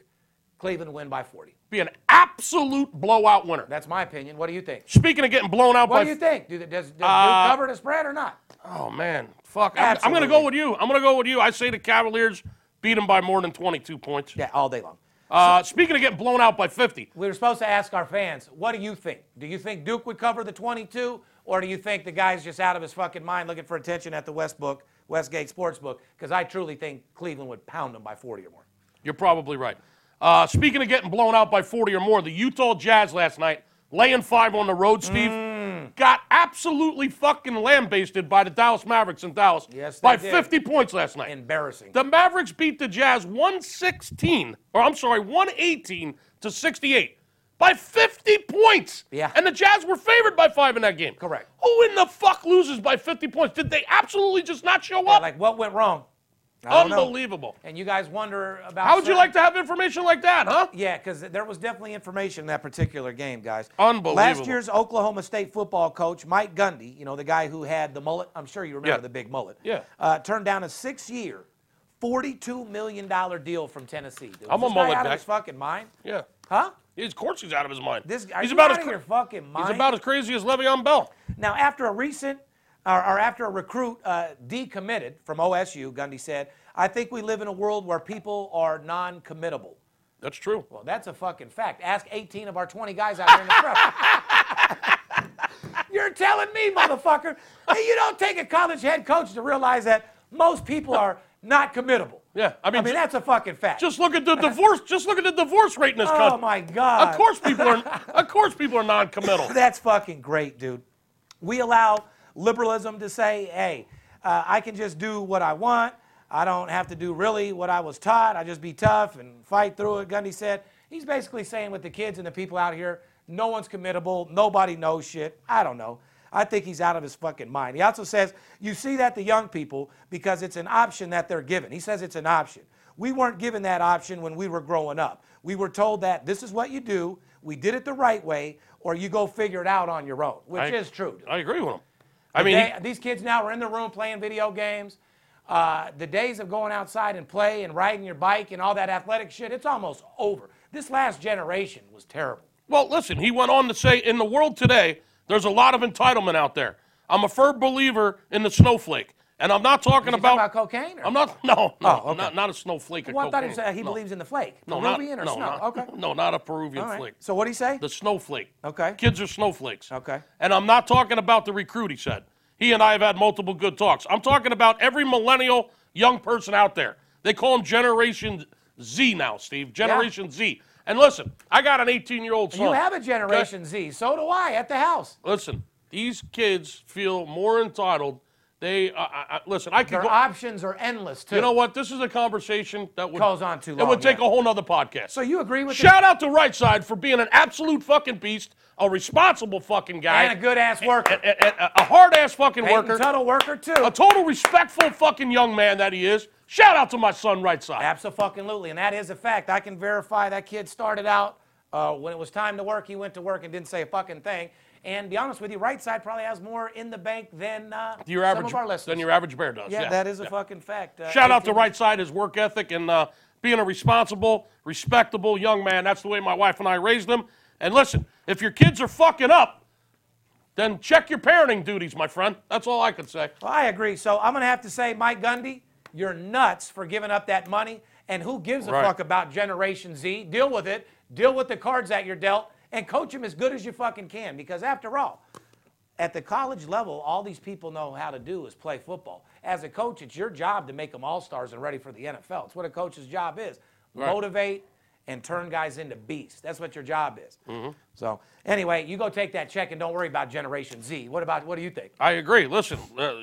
Speaker 3: Cleveland win by 40.
Speaker 4: be an absolute blowout winner.
Speaker 3: That's my opinion. What do you think?
Speaker 4: Speaking of getting blown out
Speaker 3: What
Speaker 4: by
Speaker 3: do you think? Do, the- does does
Speaker 4: Uh,
Speaker 3: Duke cover the spread or not?
Speaker 4: Oh man, fuck! I'm, I'm gonna
Speaker 3: Absolutely.
Speaker 4: go with you. I'm gonna go with you. I say the Cavaliers beat them by more than 22 points.
Speaker 3: Yeah, all day long.
Speaker 4: Uh, speaking of getting blown out by 50,
Speaker 3: We were supposed to ask our fans, what do you think? Do you think Duke would cover the 22, or do you think the guy's just out of his fucking mind looking for attention at the Westbrook, Westgate Sportsbook? Because I truly think Cleveland would pound them by 40 or more.
Speaker 4: you're probably right. Uh, speaking of getting blown out by 40 or more, the Utah Jazz last night laying five on the road, Steve.
Speaker 3: Mm.
Speaker 4: Got absolutely fucking lambasted by the Dallas Mavericks in Dallas
Speaker 3: Yes, they
Speaker 4: by
Speaker 3: did.
Speaker 4: 50 points last night.
Speaker 3: Embarrassing.
Speaker 4: The Mavericks beat the Jazz 116, or I'm sorry, 118 to 68 by 50 points.
Speaker 3: Yeah.
Speaker 4: And the Jazz were favored by five in that game.
Speaker 3: Correct.
Speaker 4: Who in the fuck loses by 50 points? Did they absolutely just not show up?
Speaker 3: like, what went wrong? I don't know.
Speaker 4: Unbelievable.
Speaker 3: And you guys wonder about.
Speaker 4: How would you
Speaker 3: certain-
Speaker 4: like to have information like that, huh?
Speaker 3: Yeah, because there was definitely information in that particular game, guys.
Speaker 4: Unbelievable.
Speaker 3: Last year's Oklahoma State football coach, Mike Gundy, you know, the guy who had the mullet, I'm sure you remember
Speaker 4: Yeah.
Speaker 3: the big mullet,
Speaker 4: Yeah.
Speaker 3: uh, turned down a six year, $42 million deal from Tennessee. Dude,
Speaker 4: I'm
Speaker 3: Is
Speaker 4: a
Speaker 3: this guy
Speaker 4: mullet
Speaker 3: out of
Speaker 4: guy.
Speaker 3: his fucking mind?
Speaker 4: Yeah.
Speaker 3: Huh?
Speaker 4: He's, of course he's out of his mind.
Speaker 3: This, are
Speaker 4: he's
Speaker 3: you
Speaker 4: about
Speaker 3: out
Speaker 4: as
Speaker 3: of your
Speaker 4: cra-
Speaker 3: fucking mind?
Speaker 4: He's about as crazy as Le'Veon Bell.
Speaker 3: Now, after a recent or, or after a recruit uh, decommitted from OSU, Gundy said, I think we live in a world where people are non committable.
Speaker 4: That's true.
Speaker 3: Well, that's a fucking fact. Ask 18 of our 20 guys out here in the press. You're telling me, motherfucker, that you don't take a college head coach to realize that most people are not committable.
Speaker 4: Yeah, I
Speaker 3: I mean,
Speaker 4: mean, ju-
Speaker 3: that's a fucking fact.
Speaker 4: just look at the divorce. Just look at the divorce rate in this
Speaker 3: oh
Speaker 4: country.
Speaker 3: my god.
Speaker 4: Of course people are. of course people are non-committal.
Speaker 3: That's fucking great, dude. We allow liberalism to say, hey, uh, I can just do what I want. I don't have to do really what I was taught. I just be tough and fight through it. Gundy said, he's basically saying with the kids and the people out here, no one's committable. Nobody knows shit. I don't know. I think he's out of his fucking mind. He also says, you see that to young people because it's an option that they're given. He says it's an option. We weren't given that option when we were growing up. We were told that this is what you do, we did it the right way, or you go figure it out on your own, which
Speaker 4: I-
Speaker 3: is true.
Speaker 4: I agree with him. I mean,
Speaker 3: They- these kids now are in the room playing video games. Uh, the days of going outside and play and riding your bike and all that athletic shit, it's almost over. This last generation was terrible.
Speaker 4: Well, listen, he went on to say in the world today, there's a lot of entitlement out there. I'm a firm believer in the snowflake. And I'm not talking
Speaker 3: Is he
Speaker 4: about,
Speaker 3: talking about cocaine? Or
Speaker 4: I'm not no, no,
Speaker 3: Oh, okay.
Speaker 4: not, not a snowflake of
Speaker 3: Well, I thought he
Speaker 4: cocaine.
Speaker 3: said he
Speaker 4: No.
Speaker 3: believes in the flake.
Speaker 4: no, not,
Speaker 3: Peruvian or
Speaker 4: no,
Speaker 3: snow?
Speaker 4: not-
Speaker 3: okay.
Speaker 4: No, not a Peruvian
Speaker 3: all right.
Speaker 4: flake.
Speaker 3: So what do you say?
Speaker 4: the snowflake.
Speaker 3: Okay.
Speaker 4: Kids are snowflakes.
Speaker 3: Okay.
Speaker 4: And I'm not talking about the recruit, he said. He and I have had multiple good talks. I'm talking about every millennial young person out there. They call them Generation Z now, Steve. Generation Z. And listen, I got an 18 year old son.
Speaker 3: you have a
Speaker 4: okay?
Speaker 3: Generation Z. So do I at the house.
Speaker 4: Listen, these kids feel more entitled. They uh, I, I- listen. I
Speaker 3: Their
Speaker 4: could. Go,
Speaker 3: options are endless too.
Speaker 4: you know what? This is a conversation that would
Speaker 3: Goes on too
Speaker 4: It
Speaker 3: long,
Speaker 4: would take
Speaker 3: yeah.
Speaker 4: a whole nother podcast.
Speaker 3: So you agree with
Speaker 4: Shout out to Right Side for being an absolute fucking beast, a responsible fucking
Speaker 3: the,
Speaker 4: guy,
Speaker 3: and a good ass worker,
Speaker 4: a, a- a hard ass fucking
Speaker 3: Peyton
Speaker 4: worker,
Speaker 3: Tuttle worker too.
Speaker 4: a total respectful fucking young man that he is. Shout out to my son, Right Side.
Speaker 3: Absolutely, and that is a fact. I can verify that kid started out uh, when it was time to work. He went to work and didn't say a fucking thing. And be honest with you, right side probably has more in the bank than uh,
Speaker 4: your
Speaker 3: some
Speaker 4: average
Speaker 3: of our listeners.
Speaker 4: than your average bear does.
Speaker 3: yeah,
Speaker 4: yeah.
Speaker 3: that is a fucking fact. Uh,
Speaker 4: Shout out to
Speaker 3: 18
Speaker 4: Right Side, his work ethic, and uh, being a responsible, respectable young man. That's the way my wife and I raised him. And listen, if your kids are fucking up, then check your parenting duties, my friend. That's all I could say.
Speaker 3: Well, I agree. So I'm going to have to say, Mike Gundy, you're nuts for giving up that money. And who gives a
Speaker 4: Right.
Speaker 3: fuck about Generation Z? Deal with it. Deal with the cards that you're dealt and coach them as good as you fucking can. Because after all, at the college level, all these people know how to do is play football. As a coach, it's your job to make them all stars and ready for the NFL. It's what a coach's job is motivate and turn guys into beasts. That's what your job is. So, anyway, you go take that check and don't worry about Generation Z. What about, what do you think?
Speaker 4: I agree. Listen, uh,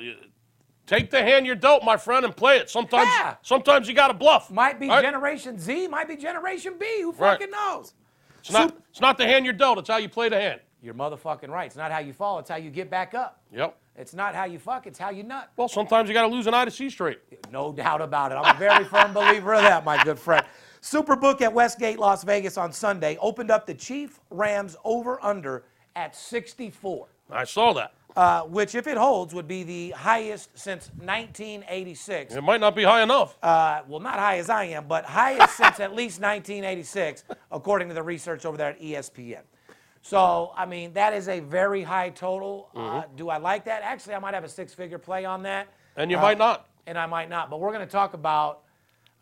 Speaker 4: take the hand you're dealt, my friend, and play it. Sometimes,
Speaker 3: Yeah.
Speaker 4: sometimes you got to bluff.
Speaker 3: Might be
Speaker 4: All right?
Speaker 3: Generation Z, might be Generation B. Who
Speaker 4: Right.
Speaker 3: fucking knows?
Speaker 4: It's not, it's not the hand you're dealt. It's how you play the hand.
Speaker 3: You're motherfucking right. It's not how you fall, it's how you get back up.
Speaker 4: Yep.
Speaker 3: It's not how you fuck, it's how you nut.
Speaker 4: Well, sometimes you got to lose an eye to see straight.
Speaker 3: No doubt about it. I'm a very firm believer of that, my good friend. Superbook at Westgate, Las Vegas on Sunday opened up the Chief Rams over under at 64,
Speaker 4: I saw that.
Speaker 3: uh, which, if it holds, would be the highest since 1986.
Speaker 4: It might not be high enough.
Speaker 3: uh, well, not high as I am, but highest since at least 1986, according to the research over there at E ESPN. So, I mean, that is a very high total. Uh,
Speaker 4: Mm-hmm.
Speaker 3: do I like that? Actually, I might have a six figure play on that,
Speaker 4: and you might not.
Speaker 3: and I might not, but we're going to talk about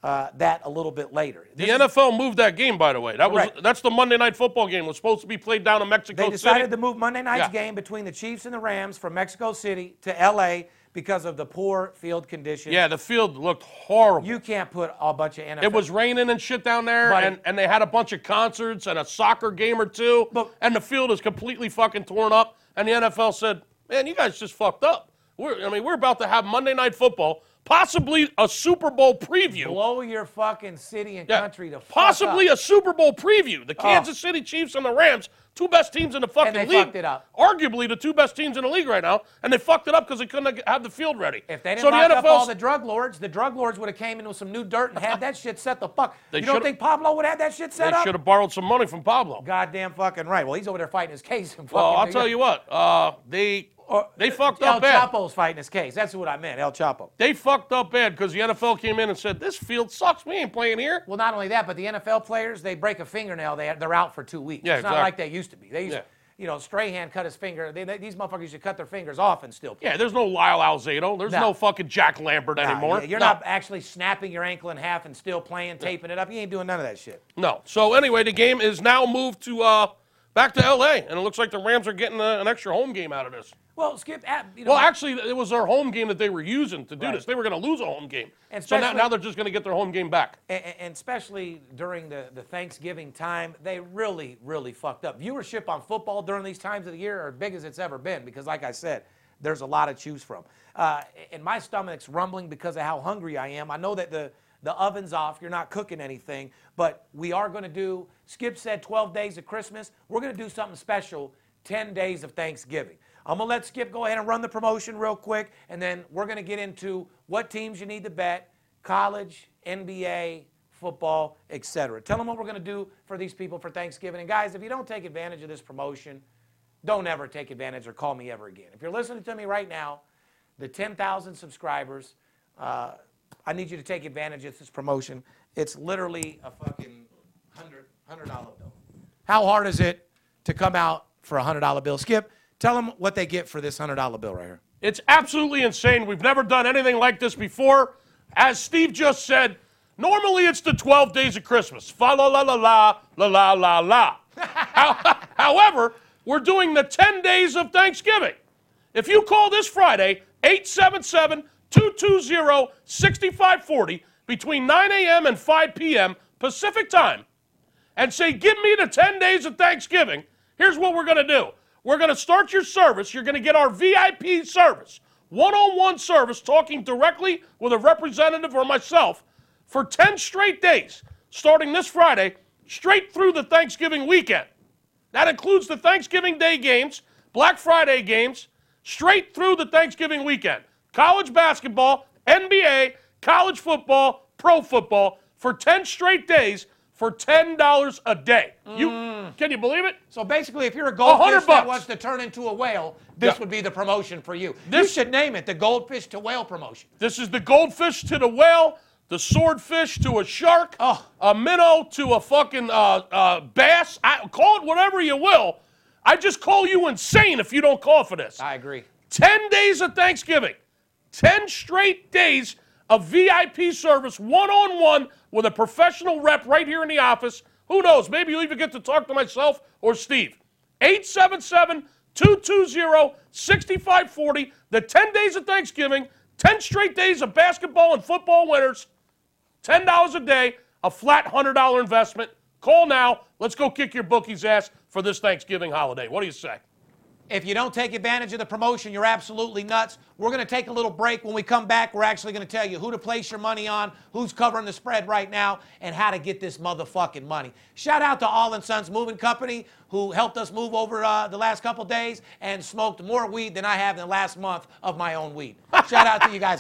Speaker 3: uh, that a little bit later.
Speaker 4: The
Speaker 3: This is-
Speaker 4: NFL moved that game, by the way. That was
Speaker 3: Correct.
Speaker 4: that's the Monday night football game. It was supposed to be played down in Mexico
Speaker 3: they decided
Speaker 4: City.
Speaker 3: to move Monday night's
Speaker 4: Yeah.
Speaker 3: game between the Chiefs and the Rams from Mexico City to LA because of the poor field conditions.
Speaker 4: yeah, the field looked horrible.
Speaker 3: You can't put a bunch of NFL.
Speaker 4: it was raining and shit down there,
Speaker 3: Buddy.
Speaker 4: and, and they had a bunch of concerts and a soccer game or two,
Speaker 3: But-
Speaker 4: and the field is completely fucking torn up. And the NFL said, "Man, you guys just fucked up. We're, I mean, we're about to have Monday night football, possibly a Super Bowl preview,
Speaker 3: blow your fucking city and
Speaker 4: Yeah,
Speaker 3: country to fuck up. Oh.
Speaker 4: possibly a Super Bowl preview. The Kansas City Chiefs and the Rams, two best teams in the fucking
Speaker 3: they
Speaker 4: league,
Speaker 3: fucked it up.
Speaker 4: arguably the two best teams in the league right now, and they fucked it up because they couldn't have the field ready.
Speaker 3: If they didn't
Speaker 4: so
Speaker 3: lock
Speaker 4: the
Speaker 3: up all
Speaker 4: NFL's
Speaker 3: the drug lords, the drug lords would have came in with some new dirt and had that shit set the fuck.
Speaker 4: They
Speaker 3: you don't
Speaker 4: shoulda-
Speaker 3: think Pablo would have that shit set
Speaker 4: They
Speaker 3: up?
Speaker 4: should have borrowed some money from Pablo.
Speaker 3: Goddamn fucking right. Well, he's over there fighting his case. And
Speaker 4: Well,
Speaker 3: fucking Uh,
Speaker 4: I'll tell you what. Uh, they they fucked
Speaker 3: El
Speaker 4: up bad.
Speaker 3: Chapo's fighting his case. That's what I meant. El Chapo.
Speaker 4: They fucked up bad because the NFL came in and said this field sucks. We ain't playing here.
Speaker 3: Well, not only that, but the NFL players, they break a fingernail, they, they're out for two weeks.
Speaker 4: Yeah,
Speaker 3: it's not
Speaker 4: exactly.
Speaker 3: like they used to be. They used,
Speaker 4: Yeah.
Speaker 3: you know, Strahan cut his finger. They, they- these motherfuckers used to cut their fingers off and still play.
Speaker 4: yeah, there's no Lyle Alzado. There's
Speaker 3: No.
Speaker 4: no, fucking Jack Lambert
Speaker 3: Nah,
Speaker 4: anymore.
Speaker 3: yeah, You're
Speaker 4: No.
Speaker 3: not actually snapping your ankle in half and still playing, taping it up. You ain't doing none of that shit.
Speaker 4: No. So anyway, the game is now moved to uh, back to LA, and it looks like the Rams are getting a, an extra home game out of this.
Speaker 3: Well, Skip, at, you know,
Speaker 4: Well, actually, it was their home game that they were using to do this. They were going to lose a home game,
Speaker 3: And
Speaker 4: so now,
Speaker 3: especially-
Speaker 4: now they're just going to get their home game back.
Speaker 3: and, and especially during the, the Thanksgiving time, they really, really fucked up. Viewership on football during these times of the year are as big as it's ever been because, like I said, there's a lot to choose from. Uh, and my stomach's rumbling because of how hungry I am. I know that the, the oven's off, you're not cooking anything, but we are going to do, Skip said 12 days of Christmas. We're going to do something special 10 days of Thanksgiving. I'm going to let Skip go ahead and run the promotion real quick, and then we're going to get into what teams you need to bet, college, NBA, football, etc. Tell them what we're going to do for these people for Thanksgiving. And guys, if you don't take advantage of this promotion, don't ever take advantage or call me ever again. If you're listening to me right now, the 10,000 subscribers, uh, I need you to take advantage of this promotion. It's literally a fucking hundred hundred dollar bill. How hard is it to come out for a hundred dollar bill? Skip, tell them what they get for this hundred dollar bill right here.
Speaker 4: It's absolutely insane. We've never done anything like this before. As Steve just said, normally it's the 12 days of Christmas. Fa la la la la, la la la la. How- However, we're doing the 10 days of Thanksgiving. If you call this Friday, 877 220 6540, between 9 a.m. and 5 p.m. Pacific time, and say, Give me the 10 days of Thanksgiving, here's what we're going to do. We're going to start your service. You're going to get our VIP service, one on one service, talking directly with a representative or myself for 10 straight days, starting this Friday, straight through the Thanksgiving weekend. That includes the Thanksgiving Day games, Black Friday games, straight through the Thanksgiving weekend. College basketball, NBA, college football, pro football for 10 straight days for $10 a day. You
Speaker 3: Mm.
Speaker 4: can you believe it?
Speaker 3: So basically, if you're a
Speaker 4: hundred
Speaker 3: goldfish that
Speaker 4: bucks.
Speaker 3: wants to turn into a whale, this
Speaker 4: Yeah.
Speaker 3: would be the promotion for you.
Speaker 4: This-
Speaker 3: you should name it the goldfish to whale promotion.
Speaker 4: This is the goldfish to the whale, the swordfish to a shark,
Speaker 3: Oh.
Speaker 4: a minnow to a fucking uh, uh, bass. I, call it whatever you will. I just call you insane if you don't call for this.
Speaker 3: I agree.
Speaker 4: 10 days of Thanksgiving, 10 straight days of VIP service, one on one with a professional rep right here in the office. Who knows? Maybe you'll even get to talk to myself or Steve. 877 220 6540. The 10 days of Thanksgiving, 10 straight days of basketball and football winners, $10 a day, a flat $100 investment. Call now. Let's go kick your bookie's ass for this Thanksgiving holiday. What do you say?
Speaker 3: If you don't take advantage of the promotion, you're absolutely nuts. We're going to take a little break. When we come back, we're actually going to tell you who to place your money on, who's covering the spread right now, and how to get this motherfucking money. Shout out to All and Sons Moving Company, who helped us move over uh, the last couple days and smoked more weed than I have in the last month of my own weed. Shout out to you guys.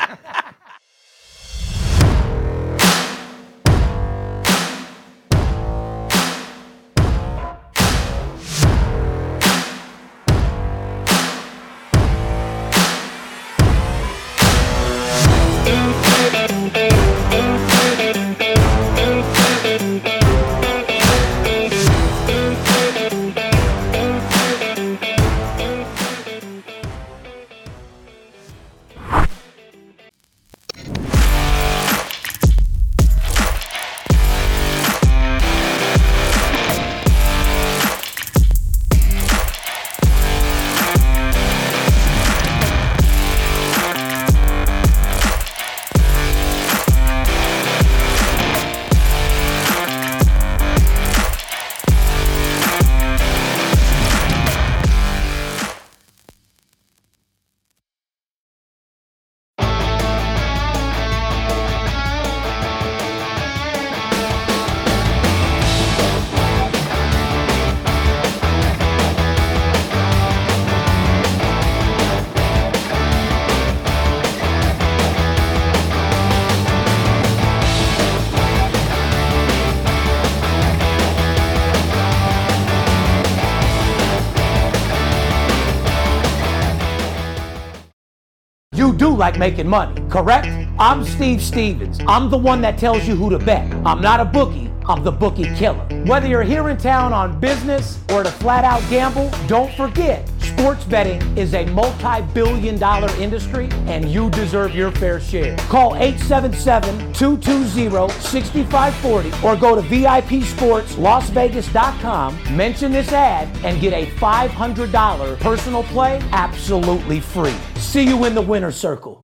Speaker 3: You do like making money, correct? I'm Steve Stevens. I'm the one that tells you who to bet. I'm not a bookie, I'm the bookie killer. Whether you're here in town on business or to flat out gamble, don't forget
Speaker 5: Sports betting is a multi billion dollar industry, and you deserve your fair share. Call 877 220 6540 or go to VIPSportsLasVegas.com, mention this ad, and get a $500 personal play absolutely free. See you in the winner's circle.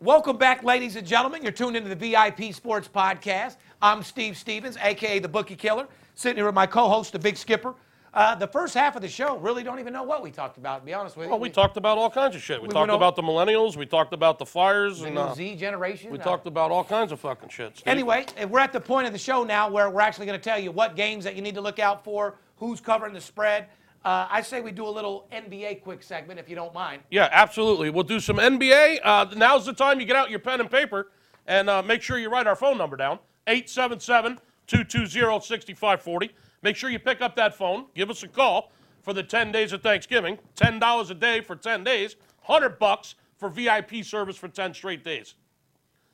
Speaker 3: Welcome back, ladies and gentlemen. You're tuned into the VIP Sports Podcast. I'm Steve Stevens, aka the Bookie Killer, sitting here with my co-host, the Big Skipper. Uh, the first half of the show, really don't even know what we talked about. To be honest with you,
Speaker 4: Well, we talked about all kinds of shit. We,
Speaker 3: We
Speaker 4: talked
Speaker 3: went over-
Speaker 4: about the millennials. We talked about the fires.
Speaker 3: the
Speaker 4: and,
Speaker 3: new
Speaker 4: uh,
Speaker 3: Z generation.
Speaker 4: we
Speaker 3: uh,
Speaker 4: talked about all kinds of fucking shit. Steve.
Speaker 3: Anyway, eh, we're at the point of the show now where we're actually going to tell you what games that you need to look out for, who's covering the spread. Uh, I say we do a little NBA quick segment if you don't mind.
Speaker 4: Yeah, absolutely. We'll do some NBA. Uh, now's the time you get out your pen and paper and uh, make sure you write our phone number down 877 220 6540. Make sure you pick up that phone. Give us a call for the 10 days of Thanksgiving. $10 a day for 10 days, 100 bucks for VIP service for 10 straight days.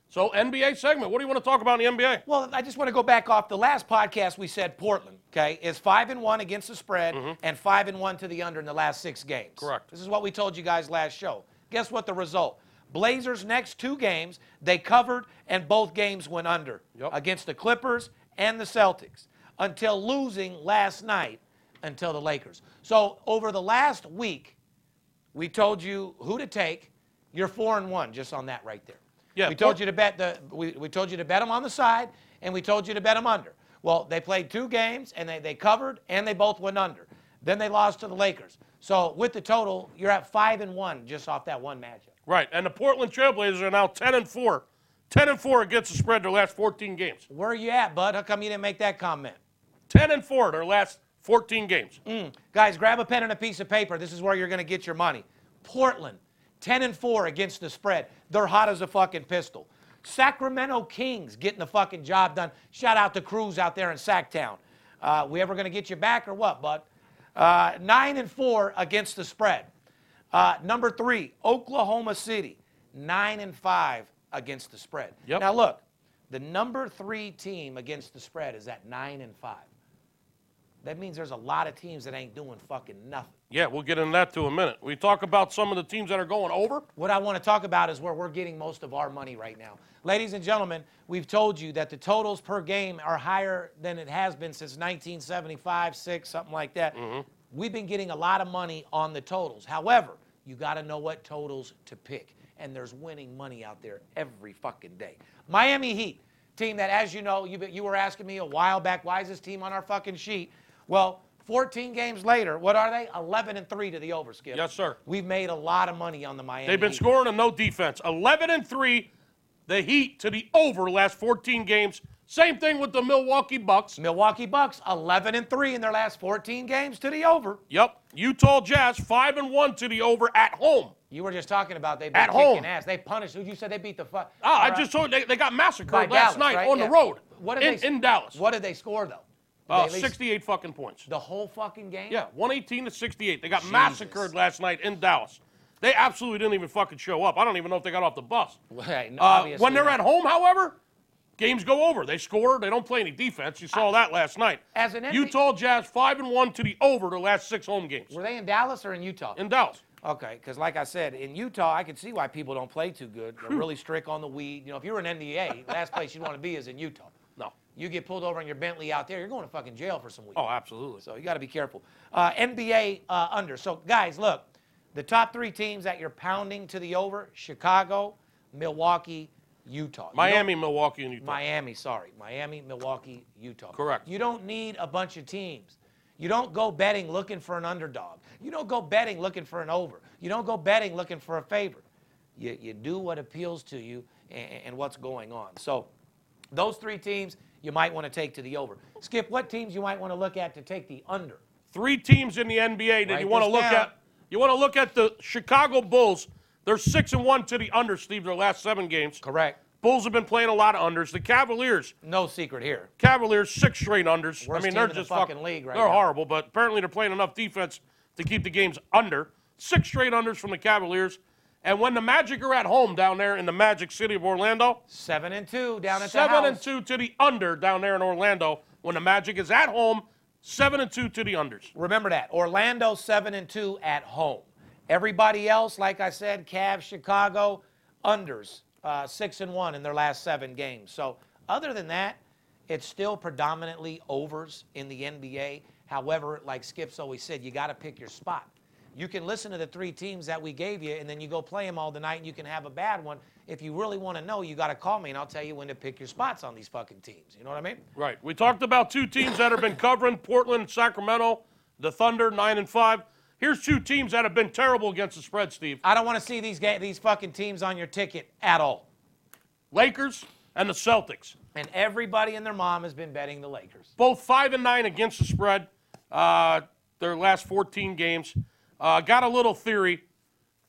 Speaker 4: So, NBA segment. What do you want to talk about in the NBA?
Speaker 3: Well, I just want to go back off the last podcast. We said Portland, okay, is five and one against the spread and five and one to the under in the last six games.
Speaker 4: Correct.
Speaker 3: This is what we told you guys last show. Guess what the result? Blazers next two games they covered and both games went under
Speaker 4: Yep.
Speaker 3: against the Clippers and the Celtics until losing last night until the Lakers. So over the last week, we told you who to take. You're four and one just on that right there.
Speaker 4: Yeah,
Speaker 3: we told
Speaker 4: Port-
Speaker 3: you to bet the we, we told you to bet them on the side and we told you to bet them under. Well, they played two games and they, they covered and they both went under. Then they lost to the Lakers. So with the total, you're at five and one just off that one matchup.
Speaker 4: Right. And the Portland Trailblazers are now 10 and 4. 10 and 4 against the spread their last 14 games.
Speaker 3: Where are you at, bud? How come you didn't make that comment?
Speaker 4: 10 and 4 their last 14 games.
Speaker 3: Mm. Guys, grab a pen and a piece of paper. This is where you're going to get your money. Portland, 10 and 4 against the spread. They're hot as a fucking pistol. Sacramento Kings getting the fucking job done. Shout out to Cruz out there in Sacktown. Uh, we ever going to get you back or what, bud? Uh, 9 and 4 against the spread. Uh, number three, Oklahoma City, 9 and 5 against the spread.
Speaker 4: Yep.
Speaker 3: Now, look, the number three team against the spread is at 9 and 5. That means there's a lot of teams that ain't doing fucking nothing.
Speaker 4: Yeah, we'll get into that to a minute. We talk about some of the teams that are going over.
Speaker 3: What I want to talk about is where we're getting most of our money right now. Ladies and gentlemen, we've told you that the totals per game are higher than it has been since 1975, 6, something like that.
Speaker 4: Mm-hmm.
Speaker 3: We've been getting a lot of money on the totals. However, you got to know what totals to pick, and there's winning money out there every fucking day. Miami Heat, team that, as you know, you, you were asking me a while back, why is this team on our fucking sheet? Well, 14 games later, what are they? 11 and 3 to the overskip.
Speaker 4: Yes, sir.
Speaker 3: We've made a lot of money on the Miami.
Speaker 4: They've been
Speaker 3: Heat.
Speaker 4: scoring and no defense. 11 and 3, the Heat to the over last 14 games. Same thing with the Milwaukee Bucks.
Speaker 3: Milwaukee Bucks 11 and 3 in their last 14 games to the over.
Speaker 4: Yep. Utah Jazz 5 and 1 to the over at home.
Speaker 3: You were just talking about they've
Speaker 4: At
Speaker 3: been
Speaker 4: home.
Speaker 3: kicking ass. They punished who you said they beat the fuck.
Speaker 4: Ah, I just told you they, they got massacred
Speaker 3: by
Speaker 4: last
Speaker 3: Dallas,
Speaker 4: night
Speaker 3: right?
Speaker 4: on
Speaker 3: Yeah.
Speaker 4: the road.
Speaker 3: What did
Speaker 4: in,
Speaker 3: they,
Speaker 4: in Dallas.
Speaker 3: What did they score though? Did
Speaker 4: Uh,
Speaker 3: they at least-
Speaker 4: 68 fucking points.
Speaker 3: the whole fucking game?
Speaker 4: Yeah, 118 to 68. They got massacred last night in Dallas. They absolutely didn't even fucking show up. I don't even know if they got off the bus.
Speaker 3: Right,
Speaker 4: Uh, when they're at home, however, games go over. They score. They don't play any defense. You saw that last night.
Speaker 3: As an NBA
Speaker 4: Utah Jazz five and one to the over their last six home games
Speaker 3: Were they in Dallas or in Utah?
Speaker 4: in Dallas.
Speaker 3: Okay, because like I said, in Utah, I can see why people don't play too good. They're really strict on the weed. You know, if you're an NBA, last place you want to be is in Utah.
Speaker 4: No.
Speaker 3: You get pulled over in your Bentley out there, you're going to fucking jail for some weed.
Speaker 4: Oh, absolutely.
Speaker 3: So you got to be careful. Uh, NBA uh, under. So guys, look, the top three teams that you're pounding to the over: Chicago, Milwaukee, Utah. You
Speaker 4: Miami,
Speaker 3: don't-
Speaker 4: Milwaukee, and Utah.
Speaker 3: Miami. Sorry, Miami, Milwaukee, Utah.
Speaker 4: Correct.
Speaker 3: You don't need a bunch of teams. You don't go betting looking for an underdog. You don't go betting looking for an over. You don't go betting looking for a favorite. You, you do what appeals to you and, and what's going on. So those three teams you might want to take to the over. Skip, what teams you might want to look at to take the under?
Speaker 4: Three teams in the NBA that
Speaker 3: Write
Speaker 4: you want to
Speaker 3: this
Speaker 4: look
Speaker 3: down.
Speaker 4: at. You want to look at the Chicago Bulls. They're six and one to the under, Steve. Their last seven games.
Speaker 3: Correct.
Speaker 4: Bulls have been playing a lot of unders. The Cavaliers.
Speaker 3: No secret here.
Speaker 4: Cavaliers six straight unders.
Speaker 3: Worst
Speaker 4: I mean,
Speaker 3: team
Speaker 4: they're
Speaker 3: in the
Speaker 4: just
Speaker 3: fucking league right
Speaker 4: They're
Speaker 3: now.
Speaker 4: horrible, but apparently they're playing enough defense to keep the games under. Six straight unders from the Cavaliers. And when the Magic are at home down there in the Magic City of Orlando,
Speaker 3: Seven and two down at
Speaker 4: seven
Speaker 3: the
Speaker 4: and
Speaker 3: house.
Speaker 4: two to the under down there in Orlando. When the Magic is at home, seven and two to the unders.
Speaker 3: Remember that. Orlando seven and two at home. Everybody else, like I said, Cavs, Chicago, unders, uh, six and one in their last seven games. So other than that, it's still predominantly overs in the NBA. However, like Skip's always said, you got to pick your spot. You can listen to the three teams that we gave you, and then you go play them all the night, and you can have a bad one. If you really want to know, you got to call me, and I'll tell you when to pick your spots on these fucking teams. You know what I mean?
Speaker 4: Right. We talked about two teams that have been covering Portland and Sacramento, the Thunder, 9 and 5. Here's two teams that have been terrible against the spread, Steve
Speaker 3: I don't want to see these ga- these fucking teams on your ticket at all.
Speaker 4: Lakers and the Celtics.
Speaker 3: And everybody and their mom has been betting the Lakers.
Speaker 4: both five and nine against the spread. Uh, their last 14 games. Uh, got a little theory.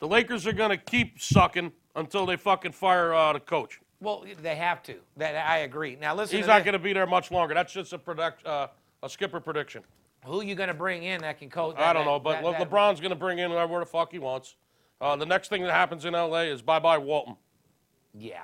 Speaker 4: The Lakers are going to keep sucking until they fucking fire uh, the coach.
Speaker 3: Well, they have to. That I agree. Now listen.
Speaker 4: He's
Speaker 3: to
Speaker 4: not
Speaker 3: this.
Speaker 4: going to be there much longer. That's just a product, uh, a skipper prediction.
Speaker 3: Who you going to bring in that can coach?
Speaker 4: I
Speaker 3: that-
Speaker 4: don't know, but
Speaker 3: that-
Speaker 4: Le-
Speaker 3: that-
Speaker 4: LeBron's going to bring in whoever the fuck he wants. Uh, the next thing that happens in LA is bye bye Walton.
Speaker 3: Yeah,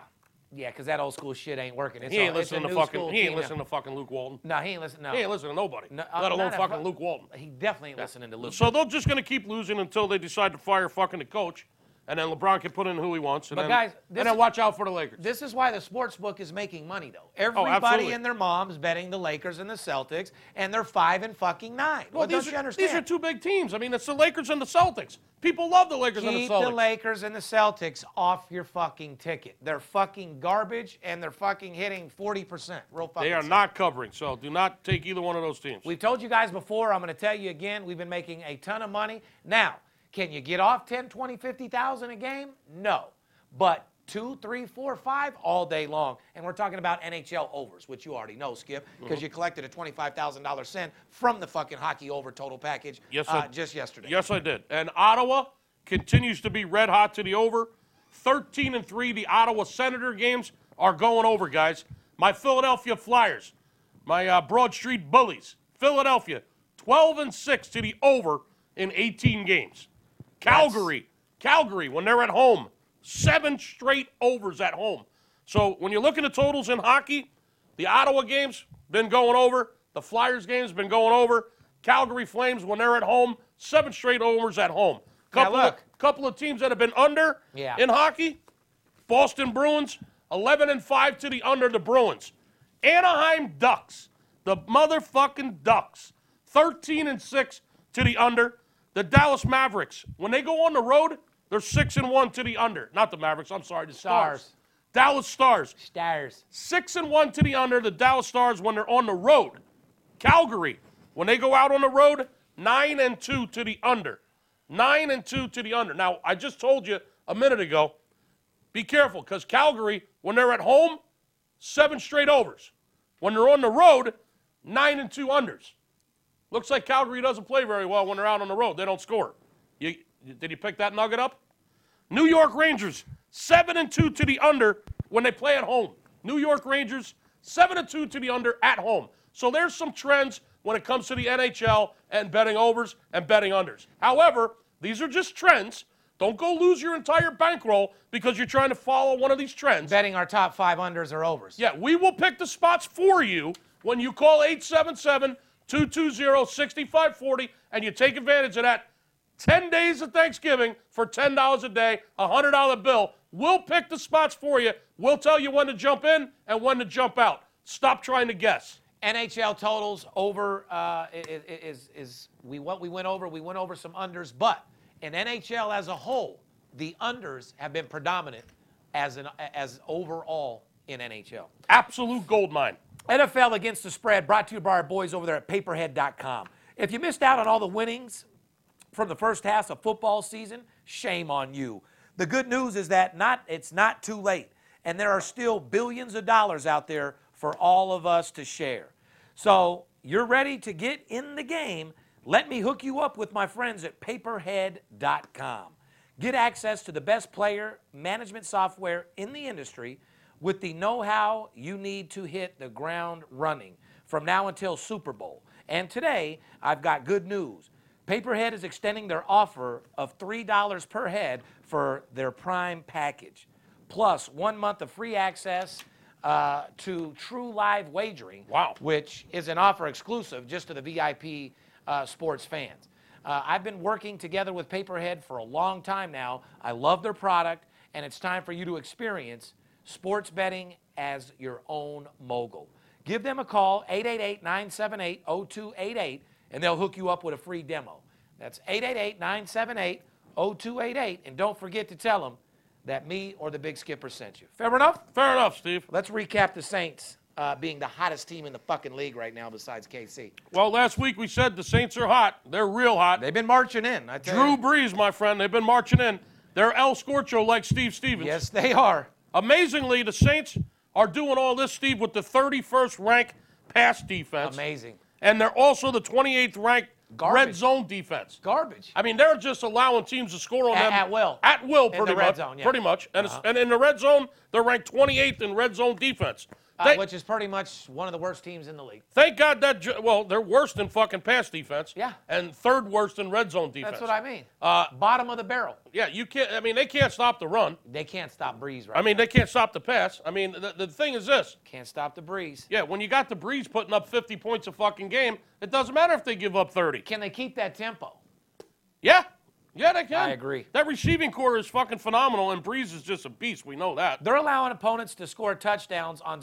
Speaker 3: yeah, because that old school shit ain't working. It's
Speaker 4: He ain't
Speaker 3: all- it's a
Speaker 4: listening to
Speaker 3: new
Speaker 4: fucking.
Speaker 3: school
Speaker 4: He ain't
Speaker 3: team now.
Speaker 4: listening to fucking Luke Walton.
Speaker 3: No, he ain't listening. No,
Speaker 4: He ain't listening to nobody.
Speaker 3: No, uh,
Speaker 4: let alone
Speaker 3: not a
Speaker 4: fucking
Speaker 3: fu-
Speaker 4: Luke Walton.
Speaker 3: He definitely ain't listening to Luke.
Speaker 4: So they're just going to keep losing until they decide to fire fucking the coach, and then LeBron can put in who he wants. And
Speaker 3: But
Speaker 4: then,
Speaker 3: guys, this-
Speaker 4: and then watch out for the Lakers.
Speaker 3: This is why the sports book is making money, though. Everybody
Speaker 4: Oh, absolutely.
Speaker 3: and their moms betting the Lakers and the Celtics, and they're five and fucking nine.
Speaker 4: well,
Speaker 3: what don't
Speaker 4: these,
Speaker 3: you
Speaker 4: are,
Speaker 3: understand?
Speaker 4: these are two big teams. I mean, it's the Lakers and the Celtics. People love the Lakers and the
Speaker 3: Keep
Speaker 4: Celtics.
Speaker 3: the Lakers and the Celtics off your fucking ticket. They're fucking garbage, and they're fucking hitting forty percent. Real fucking.
Speaker 4: they are
Speaker 3: suck.
Speaker 4: not covering, so do not take either one of those teams.
Speaker 3: We've told you guys before, I'm going to tell you again, we've been making a ton of money. Now, can you get off 10, 20, 50,000 a game? No. But two, three, four, five all day long. And we're talking about NHL overs, which you already know, Skip, because
Speaker 4: Mm-hmm.
Speaker 3: you collected a $25,000 send from the fucking hockey over total package
Speaker 4: Yes,
Speaker 3: uh,
Speaker 4: I-
Speaker 3: just yesterday.
Speaker 4: yes, I did. And Ottawa continues to be red hot to the over. 13 and 3, the Ottawa Senator games are going over, guys. My Philadelphia Flyers, my uh, Broad Street Bullies, Philadelphia, 12 and 6 to the over in 18 games. Calgary, Calgary, when they're at home, seven straight overs at home. So when you look at the totals in hockey, the Ottawa games been going over, the Flyers games been going over, Calgary Flames when they're at home, seven straight overs at home.
Speaker 3: Now
Speaker 4: Couple
Speaker 3: look.
Speaker 4: of, couple of teams that have been under
Speaker 3: Yeah.
Speaker 4: in hockey, Boston Bruins, 11 and 5 to the under the Bruins. Anaheim Ducks, the motherfucking Ducks, 13 and 6 to the under. The Dallas Mavericks, when they go on the road, they're 6 and 1 to the under. Not the Mavericks, I'm sorry, the Stars.
Speaker 3: Stars.
Speaker 4: Dallas Stars,
Speaker 3: Stars.
Speaker 4: 6 and 1 to the under. The Dallas Stars when they're on the road. Calgary, when they go out on the road, 9 and 2 to the under. 9 and 2 to the under. Now, I just told you a minute ago, be careful because Calgary, when they're at home, seven straight overs. When they're on the road, nine and two unders. Looks like Calgary doesn't play very well when they're out on the road. They don't score. You, did you pick that nugget up? New York Rangers, seven and two to the under when they play at home. New York Rangers, seven and two to the under at home. So there's some trends when it comes to the NHL and betting overs and betting unders. However, these are just trends. Don't go lose your entire bankroll because you're trying to follow one of these trends.
Speaker 3: Betting our top five unders or overs.
Speaker 4: Yeah, we will pick the spots for you when you call 877 220 6540 and you take advantage of that 10 days of Thanksgiving for $10 a day, a $100 bill. We'll pick the spots for you. We'll tell you when to jump in and when to jump out. Stop trying to guess.
Speaker 3: NHL totals over uh, i- i- is is we what we went over. We went over some unders, but in NHL as a whole, the unders have been predominant as an as overall in NHL.
Speaker 4: Absolute gold mine.
Speaker 3: NFL Against the Spread brought to you by our boys over there at paperhead.com. If you missed out on all the winnings from the first half of football season, shame on you. The good news is that not it's not too late, and there are still billions of dollars out there for all of us to share. So you're ready to get in the game. Let me hook you up with my friends at paperhead.com. Get access to the best player management software in the industry with the know how you need to hit the ground running from now until Super Bowl. And today, I've got good news. Paperhead is extending their offer of $3 per head for their prime package, plus one month of free access uh, to True Live Wagering,
Speaker 4: Wow.
Speaker 3: which is an offer exclusive just to the VIP uh, sports fans. Uh, I've been working together with Paperhead for a long time now. I love their product, and it's time for you to experience sports betting as your own mogul. Give them a call, 888 978 0288, and they'll hook you up with a free demo. That's 888 978 0288. And don't forget to tell them that me or the Big Skipper sent you. Fair enough?
Speaker 4: Fair enough, Steve.
Speaker 3: Let's recap the Saints uh, being the hottest team in the fucking league right now, besides KC.
Speaker 4: Well, last week we said the Saints are hot. They're real hot.
Speaker 3: They've been marching in. I tell
Speaker 4: Drew
Speaker 3: you.
Speaker 4: Brees, my friend, they've been marching in. They're El Scorcho like Steve Stevens.
Speaker 3: Yes, they are.
Speaker 4: Amazingly, the Saints are doing all this, Steve, with the 31st ranked pass defense.
Speaker 3: Amazing.
Speaker 4: And they're also the 28th ranked red
Speaker 3: Garbage.
Speaker 4: zone defense.
Speaker 3: Garbage.
Speaker 4: I mean, they're just allowing teams to score on
Speaker 3: At-
Speaker 4: them
Speaker 3: at will.
Speaker 4: At will,
Speaker 3: In
Speaker 4: pretty
Speaker 3: the red
Speaker 4: much.
Speaker 3: zone, yeah. Uh-huh.
Speaker 4: Pretty much. And, it's, and in the red zone, they're ranked 28th in red zone defense.
Speaker 3: Uh,
Speaker 4: Thank-
Speaker 3: which is pretty much one of the worst teams in the league.
Speaker 4: Thank God that ju- well, they're worst in fucking pass defense.
Speaker 3: Yeah.
Speaker 4: And third worst in red zone defense.
Speaker 3: That's what I mean.
Speaker 4: Uh,
Speaker 3: Bottom of the barrel.
Speaker 4: yeah, you can't. I mean, they can't stop the run.
Speaker 3: They can't stop Breeze right
Speaker 4: I mean, they can't stop the pass. I mean, the, the thing is this.
Speaker 3: Can't stop the Breeze.
Speaker 4: Yeah, when you got the Breeze putting up 50 points a fucking game, it doesn't matter if they give up 30.
Speaker 3: Can they keep that tempo?
Speaker 4: Yeah. Yeah, they can.
Speaker 3: I agree.
Speaker 4: That receiving core is fucking phenomenal, and Breeze is just a beast. We know that.
Speaker 3: They're allowing opponents to score touchdowns on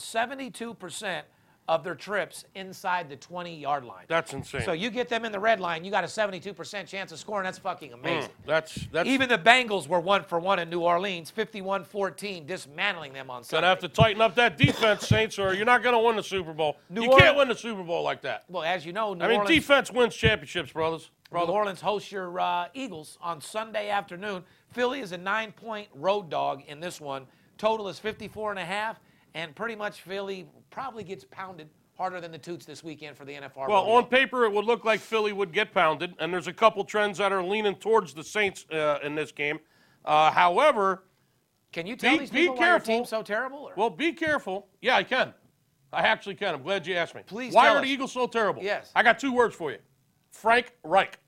Speaker 3: 72% of their trips inside the 20 yard line.
Speaker 4: That's insane.
Speaker 3: So you get them in the red line, you got a 72% chance of scoring. That's fucking amazing.
Speaker 4: Hmm. that's that's.
Speaker 3: Even the Bengals were one for one in New Orleans, 51 14, dismantling them on
Speaker 4: Gonna
Speaker 3: Sunday.
Speaker 4: have to tighten up that defense, Saints, or you're not gonna win the Super Bowl.
Speaker 3: New
Speaker 4: you
Speaker 3: Orleans-
Speaker 4: can't win the Super Bowl like that.
Speaker 3: well, as you know, New,
Speaker 4: I mean,
Speaker 3: Orleans,
Speaker 4: defense wins championships, brothers.
Speaker 3: New
Speaker 4: Brother.
Speaker 3: Orleans hosts your uh, Eagles on Sunday afternoon. Philly is a nine point road dog in this one. Total is 54 and a half, and pretty much Philly probably gets pounded harder than the Toots this weekend for the NFR.
Speaker 4: Well,
Speaker 3: rodeo.
Speaker 4: on paper, it would look like Philly would get pounded, and there's a couple trends that are leaning towards the Saints uh, in this game. Uh, however,
Speaker 3: Can you tell
Speaker 4: Be-
Speaker 3: these
Speaker 4: be
Speaker 3: people why your
Speaker 4: careful.
Speaker 3: team's so terrible? Or?
Speaker 4: well, be careful. Yeah, I can. I actually can. I'm glad you asked me.
Speaker 3: Please
Speaker 4: Why
Speaker 3: tell
Speaker 4: are
Speaker 3: us.
Speaker 4: the Eagles so terrible?
Speaker 3: Yes.
Speaker 4: I got two words for you. Frank Reich.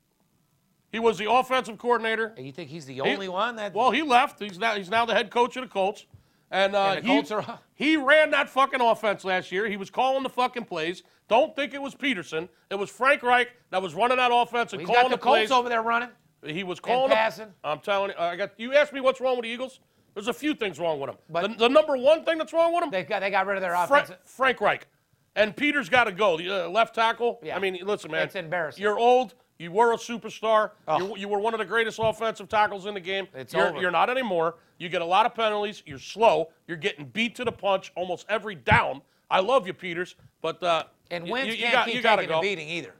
Speaker 4: He was the offensive coordinator.
Speaker 3: you think he's the
Speaker 4: He-
Speaker 3: only one that?
Speaker 4: Well, he left. He's now he's now the head coach of the Colts, and, uh,
Speaker 3: And the
Speaker 4: he,
Speaker 3: Colts are-
Speaker 4: he ran that fucking offense last year. He was calling the fucking plays. Don't think it was Peterson. It was Frank Reich that was running that offense and
Speaker 3: he's got
Speaker 4: calling
Speaker 3: the
Speaker 4: plays.
Speaker 3: Colts over there running.
Speaker 4: He was calling the-
Speaker 3: passing.
Speaker 4: I'm telling you, I got. You asked me what's wrong with the Eagles. There's a few things wrong with them.
Speaker 3: But-
Speaker 4: the, the number one thing that's wrong with them,
Speaker 3: They got they got rid of their
Speaker 4: Frank,
Speaker 3: offense.
Speaker 4: Frank Reich. And Peter's got to go. The uh, left tackle.
Speaker 3: Yeah.
Speaker 4: I mean, listen, man.
Speaker 3: It's embarrassing.
Speaker 4: You're old. You were a superstar.
Speaker 3: Oh.
Speaker 4: You, you were one of the greatest offensive tackles in the game.
Speaker 3: It's
Speaker 4: you're,
Speaker 3: over.
Speaker 4: you're not anymore. You get a lot of penalties. You're slow. You're getting beat to the punch almost every down. I love you, Peters, but uh,
Speaker 3: And
Speaker 4: you-
Speaker 3: Wentz
Speaker 4: you, you
Speaker 3: can't
Speaker 4: got-
Speaker 3: keep
Speaker 4: you gotta
Speaker 3: taking
Speaker 4: go.
Speaker 3: a beating either.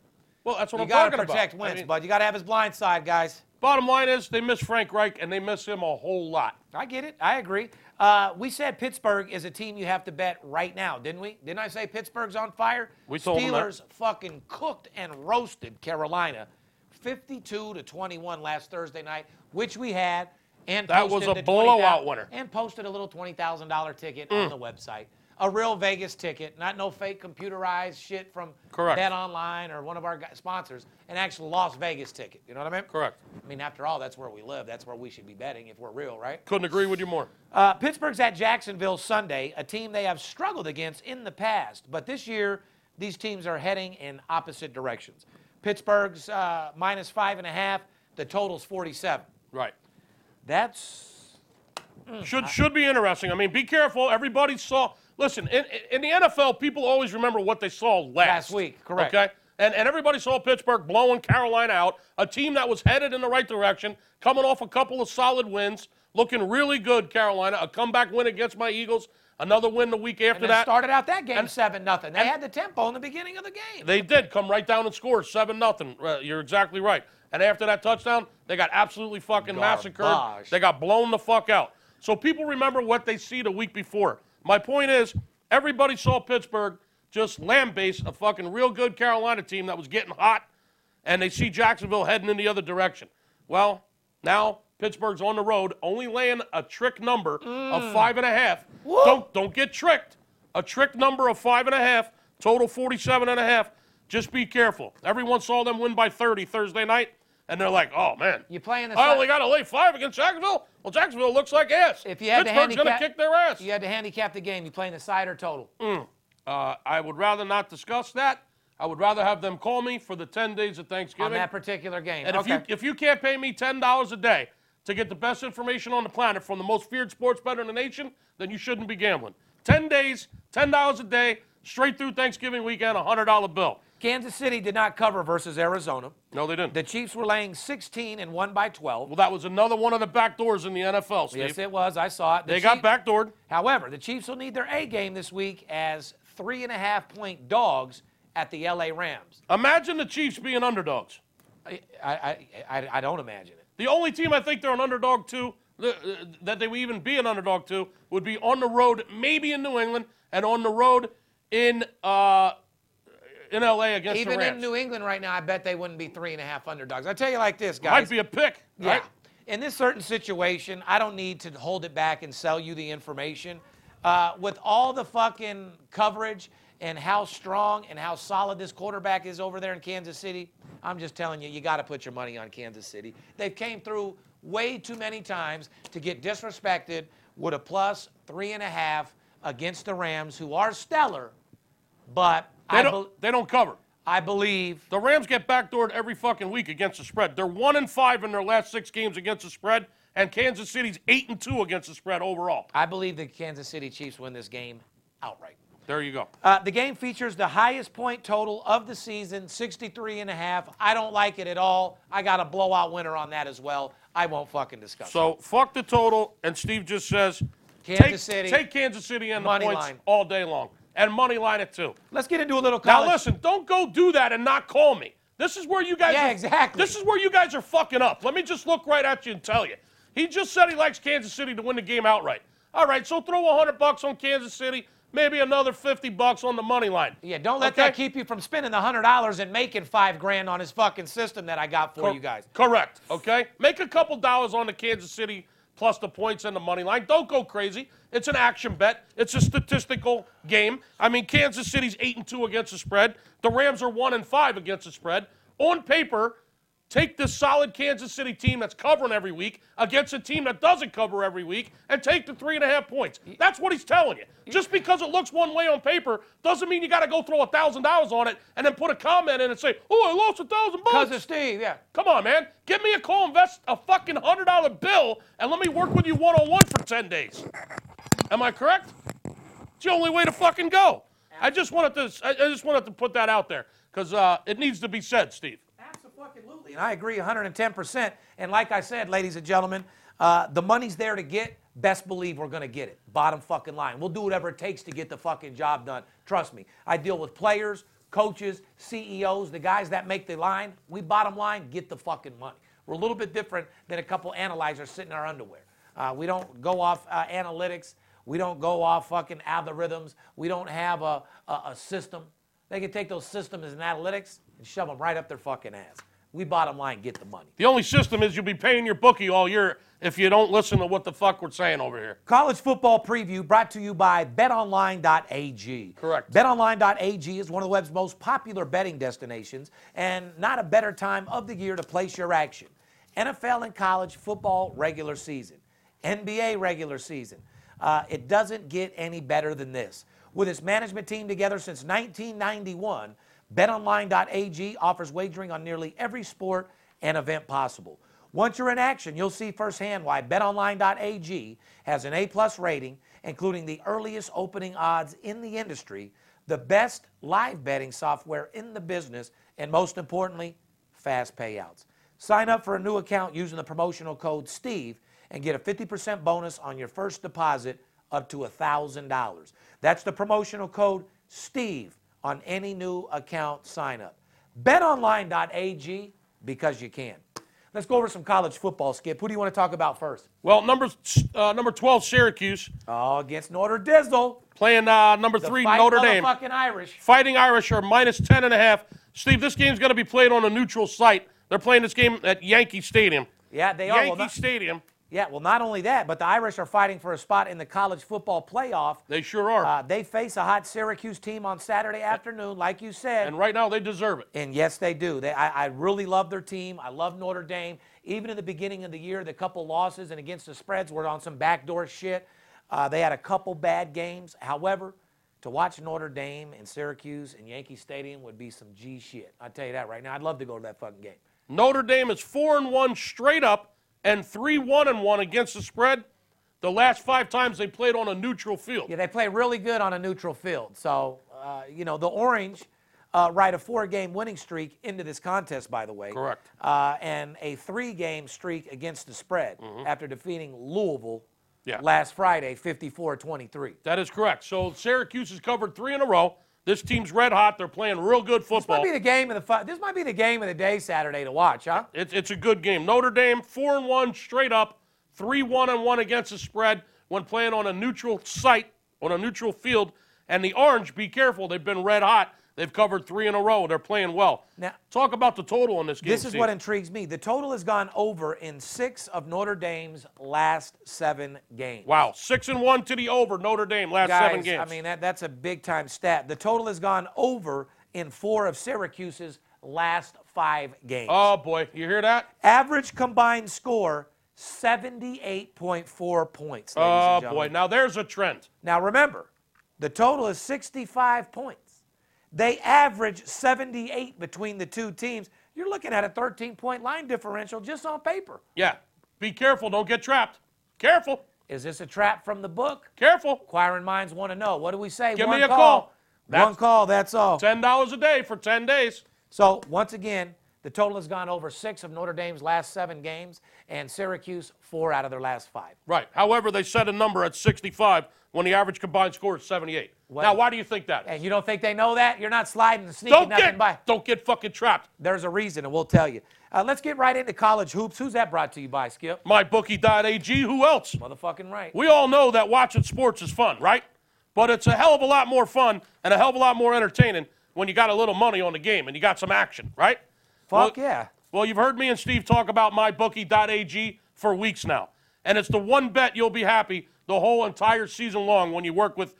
Speaker 4: Well, that's what
Speaker 3: You
Speaker 4: I'm
Speaker 3: got
Speaker 4: talking
Speaker 3: to protect
Speaker 4: about. I
Speaker 3: Wentz,
Speaker 4: mean,
Speaker 3: bud. You got to have his blind side, guys.
Speaker 4: Bottom line is they miss Frank Reich and they miss him a whole lot.
Speaker 3: I get it. I agree. Uh, we said Pittsburgh is a team you have to bet right now, didn't we? Didn't I say Pittsburgh's on fire?
Speaker 4: We told 'em that.
Speaker 3: Steelers fucking cooked and roasted Carolina, 52 to 21 last Thursday night, which we had. And
Speaker 4: That was
Speaker 3: posted
Speaker 4: a
Speaker 3: the 20,000
Speaker 4: blowout winner. Mm.
Speaker 3: And posted a little twenty thousand dollar ticket on the website, a real Vegas ticket, not no fake computerized shit from
Speaker 4: Correct.
Speaker 3: Bet Online or one of our gu- sponsors, an actual Las Vegas ticket. You know what I mean?
Speaker 4: Correct.
Speaker 3: I mean, after all, that's where we live. That's where we should be betting if we're real, right?
Speaker 4: Couldn't agree with you more.
Speaker 3: Uh, Pittsburgh's at Jacksonville Sunday, a team they have struggled against in the past, but this year these teams are heading in opposite directions. Pittsburgh's uh, minus five and a half, the total's 47.
Speaker 4: Right.
Speaker 3: That's
Speaker 4: Should should be interesting. I mean, be careful. Everybody saw. Listen, in, in the NFL, people always remember what they saw last,
Speaker 3: Last week, correct.
Speaker 4: Okay, and and everybody saw Pittsburgh blowing Carolina out, a team that was headed in the right direction, coming off a couple of solid wins, looking really good. Carolina, a comeback win against my Eagles, another win the week after
Speaker 3: and they
Speaker 4: that.
Speaker 3: started out that game
Speaker 4: and-
Speaker 3: seven nothing. They
Speaker 4: and-
Speaker 3: had the tempo in the beginning of the game.
Speaker 4: They did come right down and score seven nothing. Uh, You're exactly right. And after that touchdown, they got absolutely fucking massacred.
Speaker 3: Garbage.
Speaker 4: They got blown the fuck out. So people remember what they see the week before. My point is, everybody saw Pittsburgh just lambaste a fucking real good Carolina team that was getting hot, and they see Jacksonville heading in the other direction. Well, now Pittsburgh's on the road, only laying a trick number of five and a half. Don't don't get tricked. A trick number of five and a half, total 47 and a half. Just be careful. Everyone saw them win by 30 Thursday night, and they're like, oh man.
Speaker 3: You playing the
Speaker 4: I
Speaker 3: Sun-
Speaker 4: only got to lay five against Jacksonville. Well, Jacksonville looks like ass.
Speaker 3: If you had to
Speaker 4: Pittsburgh's gonna
Speaker 3: handicap-
Speaker 4: kick their ass. Mm,
Speaker 3: You had to handicap the game. You playing the side or total?
Speaker 4: Uh, I would rather not discuss that. I I would rather have them call me for the 10 days of
Speaker 3: on
Speaker 4: Thanksgiving.
Speaker 3: that particular game.
Speaker 4: and if
Speaker 3: okay.
Speaker 4: you if you can't pay me $10 a day to get the best information on the planet from the most feared sports bettor in the nation, then you shouldn't be gambling. 10 days, $10 a day, straight through Thanksgiving weekend, a $100 bill.
Speaker 3: Kansas City did not cover versus Arizona.
Speaker 4: No, they didn't.
Speaker 3: The Chiefs were laying 16 and won by 12.
Speaker 4: well, that was another one of the back doors in the NFL, Steve.
Speaker 3: yes, it was. I saw it. The
Speaker 4: they got
Speaker 3: Chief-
Speaker 4: backdoored.
Speaker 3: However, the Chiefs will need their A game this week as three and a half point dogs at the LA Rams.
Speaker 4: Imagine the Chiefs being underdogs.
Speaker 3: I, I, I, I don't imagine it.
Speaker 4: The only team I think they're an underdog to, th- th- that they would even be an underdog to, would be on the road, maybe in New England, and on the road in uh, in LA against
Speaker 3: Even
Speaker 4: the Rams.
Speaker 3: in New England right now, I bet they wouldn't be three and a half underdogs. I tell you like this, guys.
Speaker 4: Might be a pick.
Speaker 3: Yeah.
Speaker 4: Right?
Speaker 3: In this certain situation, I don't need to hold it back and sell you the information. Uh, with all the fucking coverage and how strong and how solid this quarterback is over there in Kansas City, I'm just telling you, you got to put your money on Kansas City. They've came through way too many times to get disrespected with a plus three and a half against the Rams, who are stellar, but
Speaker 4: They
Speaker 3: I,
Speaker 4: don't,
Speaker 3: bel
Speaker 4: they don't cover.
Speaker 3: I believe
Speaker 4: The Rams get backdoored every fucking week against the spread. They're one and five in their last six games against the spread, and Kansas City's eight and two against the spread overall.
Speaker 3: I believe the Kansas City Chiefs win this game outright.
Speaker 4: There you go.
Speaker 3: Uh, the game features the highest point total of the season, 63 and a half. I don't like it at all. I got a blowout winner on that as well. I won't fucking discuss it.
Speaker 4: So fuck the total, and Steve just says
Speaker 3: Kansas
Speaker 4: take,
Speaker 3: City,
Speaker 4: take Kansas City and the
Speaker 3: money
Speaker 4: points
Speaker 3: line.
Speaker 4: all day long, and money line it too.
Speaker 3: Let's get into a little
Speaker 4: Now
Speaker 3: college.
Speaker 4: listen, don't go do that and not call me. This is where you guys
Speaker 3: Yeah,
Speaker 4: are,
Speaker 3: exactly.
Speaker 4: This is where you guys are fucking up. Let me just look right at you and tell you. He just said he likes Kansas City to win the game outright. All right, so throw 100 bucks on Kansas City, maybe another 50 bucks on the money line.
Speaker 3: Yeah, don't let
Speaker 4: Okay?
Speaker 3: that keep you from spending the $100 and making five grand on his fucking system that I got for
Speaker 4: Cor-
Speaker 3: you guys.
Speaker 4: Correct. Okay. Make a couple dollars on the Kansas City plus the points and the money line. Don't go crazy. It's an action bet. It's a statistical game. I mean, Kansas City's eight and two against the spread. The Rams are one and five against the spread. On paper, take this solid Kansas City team that's covering every week against a team that doesn't cover every week and take the three and a half points. That's what he's telling you. Just because it looks one way on paper doesn't mean you got to go throw a thousand dollars on it and then put a comment in and say, "Oh, I lost a thousand bucks."
Speaker 3: Because of Steve, yeah.
Speaker 4: Come on, man. Give me a call, invest a fucking hundred dollar bill, and let me work with you one on one for ten days. Am I correct? It's the only way to fucking go. I just wanted to. I I just wanted to put that out there because uh, it needs to be said, Steve.
Speaker 3: Absolutely, and I agree 110%. And like I said, ladies and gentlemen, uh, the money's there to get. Best believe we're going to get it. Bottom fucking line. We'll do whatever it takes to get the fucking job done. Trust me. I deal with players, coaches, CEOs, the guys that make the line. We bottom line get the fucking money. We're a little bit different than a couple analyzers sitting in our underwear. Uh, we don't go off uh, analytics. We don't go off fucking algorithms. We don't have a, a, a system. They can take those systems and analytics and shove them right up their fucking ass. We bottom line get the money.
Speaker 4: The only system is you'll be paying your bookie all year if you don't listen to what the fuck we're saying over here.
Speaker 3: College football preview brought to you by betonline.ag.
Speaker 4: Correct.
Speaker 3: Betonline.ag is one of the web's most popular betting destinations and not a better time of the year to place your action. NFL and college football regular season, NBA regular season. Uh, it doesn't get any better than this. With its management team together since 1991, betonline.ag offers wagering on nearly every sport and event possible. Once you're in action, you'll see firsthand why betonline.ag has an A plus rating, including the earliest opening odds in the industry, the best live betting software in the business, and most importantly, fast payouts. Sign up for a new account using the promotional code STEVE and get a 50% bonus on your first deposit up to $1,000. That's the promotional code STEVE on any new account sign up. BetOnline.ag because you can. Let's go over some college football, Skip. Who do you want to talk about first?
Speaker 4: Well, number uh, number twelve Syracuse
Speaker 3: Oh, against Notre Dizzle.
Speaker 4: playing uh, number
Speaker 3: The
Speaker 4: three
Speaker 3: fight
Speaker 4: Notre Dame.
Speaker 3: Motherfucking Irish.
Speaker 4: Fighting Irish are minus 10 and a half. Steve, this game's going to be played on a neutral site. They're playing this game at Yankee Stadium.
Speaker 3: Yeah, they are.
Speaker 4: Yankee
Speaker 3: Well, not-
Speaker 4: Stadium.
Speaker 3: yeah, well, not only that, but the Irish are fighting for a spot in the college football playoff.
Speaker 4: They sure are.
Speaker 3: Uh, they face a hot Syracuse team on Saturday afternoon, like you said.
Speaker 4: and right now, they deserve it.
Speaker 3: And yes, they do. They, I, I really love their team. I love Notre Dame. Even in the beginning of the year, the couple losses and against the spreads were on some backdoor shit. Uh, they had a couple bad games. However, To watch Notre Dame and Syracuse and Yankee Stadium would be some G shit. I tell you that right now. I'd love to go to that fucking game.
Speaker 4: Notre Dame is four and one straight up and three one and one against the spread. The last five times they played on a neutral field.
Speaker 3: Yeah, they play really good on a neutral field. So, uh, you know, the Orange uh, ride a four-game winning streak into this contest, by the way.
Speaker 4: Correct.
Speaker 3: Uh, and a three-game streak against the spread after defeating Louisville
Speaker 4: Mm-hmm. Yeah.
Speaker 3: last Friday, 54-23.
Speaker 4: That is correct. So Syracuse has covered three in a row. This team's red hot. They're playing real good
Speaker 3: This might
Speaker 4: football.
Speaker 3: be the game of the fi- This might be the game of the day Saturday to watch, huh?
Speaker 4: It's, it's a good game. Notre Dame four and one straight up, three one and one against the spread when playing on a neutral site on a neutral field. And the Orange, be careful. They've been red hot. They've covered three in a row. They're playing well.
Speaker 3: Now-
Speaker 4: talk about the total on this game.
Speaker 3: This is
Speaker 4: Steve.
Speaker 3: what intrigues me. The total has gone over in six of Notre Dame's last seven games.
Speaker 4: wow, six and one to the over. Notre Dame last
Speaker 3: Guys,
Speaker 4: seven games.
Speaker 3: I mean, that, that's a big time stat. The total has gone over in four of Syracuse's last five games.
Speaker 4: oh boy, you hear that?
Speaker 3: Average combined score 78.4 points. ladies and
Speaker 4: Oh boy,
Speaker 3: gentlemen.
Speaker 4: now there's a trend.
Speaker 3: Now remember, the total is 65 points. They average 78 between the two teams. You're looking at a 13 point line differential just on paper.
Speaker 4: Yeah, be careful. Don't get trapped. Careful,
Speaker 3: Is this a trap from the book?
Speaker 4: careful.
Speaker 3: Acquiring minds want to know. What do we say?
Speaker 4: Give
Speaker 3: One
Speaker 4: me a
Speaker 3: call.
Speaker 4: call.
Speaker 3: One
Speaker 4: That's-
Speaker 3: call, that's all.
Speaker 4: Ten dollars a day for ten days.
Speaker 3: So once again, the total has gone over six of Notre Dame's last seven games, and Syracuse four out of their last five.
Speaker 4: Right. However, they set a number at 65 when the average combined score is 78. Now, why do you think that?
Speaker 3: And you don't think they know that? You're not sliding and sneaking
Speaker 4: don't
Speaker 3: nothing
Speaker 4: get
Speaker 3: by.
Speaker 4: don't get fucking trapped.
Speaker 3: There's a reason, and we'll tell you. Uh, let's get right into college hoops. Who's that brought to you by, Skip?
Speaker 4: MyBookie.ag. Who else?
Speaker 3: Motherfucking right.
Speaker 4: We all know that watching sports is fun, right? But it's a hell of a lot more fun and a hell of a lot more entertaining when you got a little money on the game and you got some action, right?
Speaker 3: Fuck
Speaker 4: Well-
Speaker 3: yeah.
Speaker 4: Well, you've heard me and Steve talk about mybookie.ag for weeks now. And it's the one bet you'll be happy the whole entire season long when you work with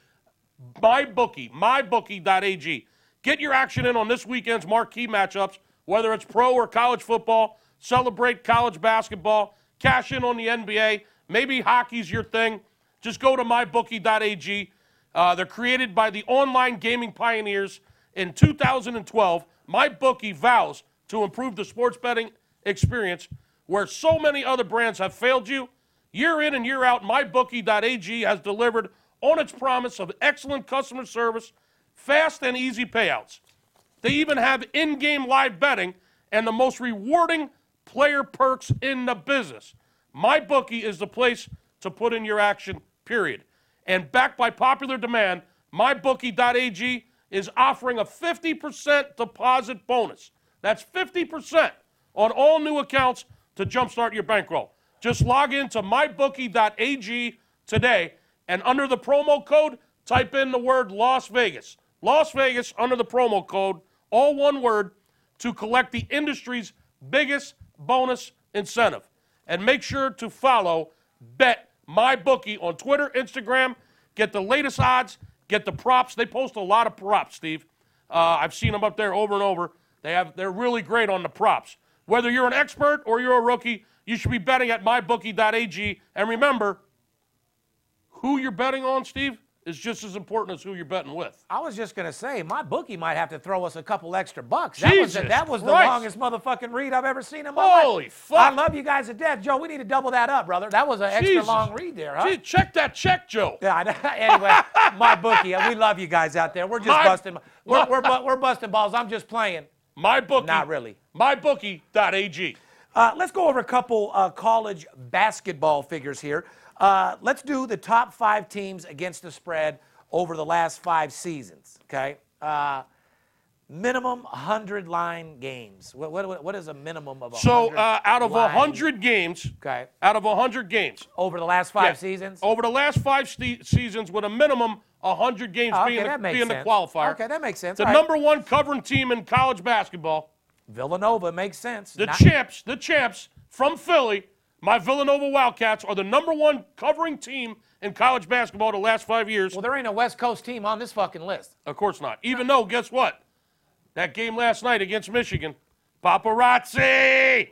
Speaker 4: MyBookie, mybookie.ag. Get your action in on this weekend's marquee matchups, whether it's pro or college football, celebrate college basketball, cash in on the NBA, maybe hockey's your thing. Just go to mybookie.ag. Uh, they're created by the online gaming pioneers. In 2012, MyBookie vows to improve the sports betting experience where so many other brands have failed you. Year in and year out, mybookie.ag has delivered on its promise of excellent customer service, fast and easy payouts. They even have in game live betting and the most rewarding player perks in the business. MyBookie is the place to put in your action, period. And backed by popular demand, MyBookie.ag is offering a 50% deposit bonus. That's 50% on all new accounts to jumpstart your bankroll. Just log into mybookie.ag today and under the promo code, type in the word Las Vegas. Las Vegas under the promo code, all one word, to collect the industry's biggest bonus incentive. And make sure to follow Bet My Bookie on Twitter, Instagram. Get the latest odds, get the props. They post a lot of props, Steve. Uh, I've seen them up there over and over. They have they're really great on the props. Whether you're an expert or you're a rookie, you should be betting at mybookie.ag. And remember, who you're betting on, Steve, is just as important as who you're betting with.
Speaker 3: I was just gonna say, my bookie might have to throw us a couple extra bucks. that was the,
Speaker 4: Jesus
Speaker 3: that was the
Speaker 4: Christ.
Speaker 3: longest motherfucking read I've ever seen in my
Speaker 4: Holy
Speaker 3: life.
Speaker 4: fuck.
Speaker 3: I love you guys to death, Joe. We need to double that up, brother. That was an extra
Speaker 4: Jesus.
Speaker 3: long read there, huh?
Speaker 4: Gee, check that check, Joe.
Speaker 3: Yeah, I know. anyway, my bookie. We love you guys out there. We're just
Speaker 4: My-
Speaker 3: busting. We're, we're, bu- we're busting balls. I'm just playing.
Speaker 4: My bookie.
Speaker 3: Not really.
Speaker 4: Mybookie.ag.
Speaker 3: Uh, let's go over a couple uh, college basketball figures here. Uh, let's do the top five teams against the spread over the last five seasons. Okay. Uh, minimum 100 line games. What, what, what is a minimum of 100?
Speaker 4: So uh, out of
Speaker 3: line
Speaker 4: 100 games,
Speaker 3: Okay.
Speaker 4: out of 100 games,
Speaker 3: over the last five
Speaker 4: Yeah. Oh,
Speaker 3: seasons.
Speaker 4: Over the last five ste seasons, with a minimum 100 games
Speaker 3: Okay,
Speaker 4: being,
Speaker 3: that
Speaker 4: the,
Speaker 3: makes
Speaker 4: being the
Speaker 3: sense.
Speaker 4: qualifier.
Speaker 3: Okay, that makes sense.
Speaker 4: The
Speaker 3: All right.
Speaker 4: number one covering team in college basketball,
Speaker 3: Villanova makes sense.
Speaker 4: the
Speaker 3: Not-
Speaker 4: champs, the champs from Philly, my Villanova Wildcats are the number one covering team in college basketball the last five years.
Speaker 3: well, there ain't a West Coast team on this fucking list.
Speaker 4: of course not. Even though, guess what? That game last night against Michigan, paparazzi.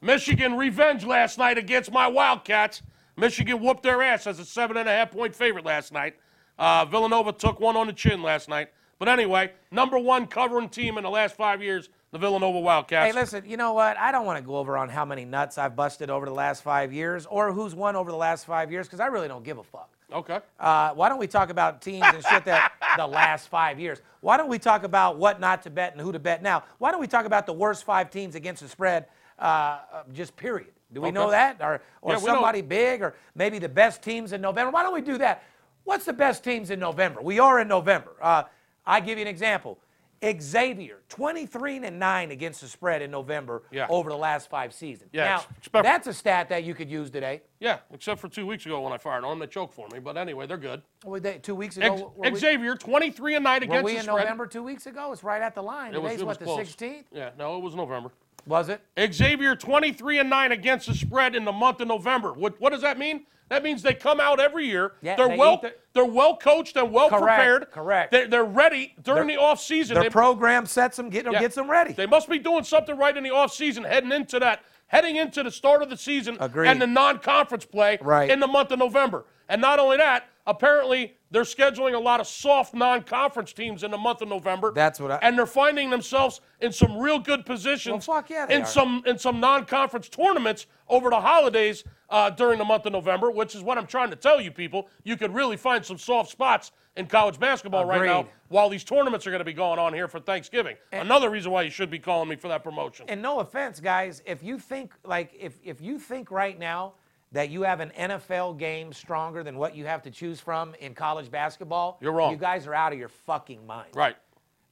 Speaker 4: Michigan revenge last night against my Wildcats. Michigan whooped their ass as a seven and a half point favorite last night. Uh, Uh, Villanova took one on the chin last night. But anyway, number one covering team in the last five years, the Villanova Wildcats.
Speaker 3: Hey, listen, you know what? I don't want to go over on how many nuts I've busted over the last five years or who's won over the last five years because I really don't give a fuck.
Speaker 4: Okay.
Speaker 3: Uh, why don't we talk about teams and shit that the last five years? Why don't we talk about what not to bet and who to bet now? Why don't we talk about the worst five teams against the spread, uh, uh, just period? Do we
Speaker 4: Okay.
Speaker 3: know that? Or, or
Speaker 4: Yeah, we know.
Speaker 3: somebody big or maybe the best teams in November? Why don't we do that? What's the best teams in November? We are in November. Uh, I give you an example. Xavier, 23 and 9 against the spread in November
Speaker 4: Yeah.
Speaker 3: over the last five seasons.
Speaker 4: Yeah,
Speaker 3: now,
Speaker 4: it's- it's perfect.
Speaker 3: that's a stat that you could use today.
Speaker 4: yeah, except for two weeks ago when I fired on them. They choked for me. But anyway, they're good.
Speaker 3: Well, they- Two weeks ago.
Speaker 4: Ex-
Speaker 3: were we-
Speaker 4: Xavier, 23 and 9
Speaker 3: Were
Speaker 4: against
Speaker 3: we
Speaker 4: the
Speaker 3: in
Speaker 4: spread.
Speaker 3: November two weeks ago? It's right at the line.
Speaker 4: It was,
Speaker 3: Today's
Speaker 4: it
Speaker 3: what,
Speaker 4: was
Speaker 3: the
Speaker 4: close.
Speaker 3: 16th?
Speaker 4: Yeah, no, it was November.
Speaker 3: Was it?
Speaker 4: Xavier 23 and 9 against the spread in the month of November. What, what does that mean? That means they come out every year.
Speaker 3: Yeah,
Speaker 4: they're
Speaker 3: they
Speaker 4: well
Speaker 3: eat the-
Speaker 4: they're well coached and well
Speaker 3: Correct,
Speaker 4: prepared.
Speaker 3: correct.
Speaker 4: They're, they're ready during the offseason.
Speaker 3: Their
Speaker 4: They-
Speaker 3: program sets them, get,
Speaker 4: yeah.
Speaker 3: gets them ready.
Speaker 4: They must be doing something right in the offseason heading into that, heading into the start of the season
Speaker 3: Agreed.
Speaker 4: and the non-conference play
Speaker 3: Right.
Speaker 4: in the month of November. And not only that, apparently they're scheduling a lot of soft non-conference teams in the month of November.
Speaker 3: That's what I-
Speaker 4: And they're finding themselves in some real good positions.
Speaker 3: Well, fuck yeah, they
Speaker 4: in
Speaker 3: are.
Speaker 4: some in some non-conference tournaments over the holidays uh, during the month of November, which is what I'm trying to tell you people. You could really find some soft spots in college basketball right now
Speaker 3: Agreed.
Speaker 4: while these tournaments are going to be going on here for Thanksgiving. Another reason why you should be calling me for that promotion.
Speaker 3: and no offense, guys, if you think like if if you think right now that you have an NFL game stronger than what you have to choose from in college basketball,
Speaker 4: You're wrong.
Speaker 3: You guys are out of your fucking mind.
Speaker 4: right.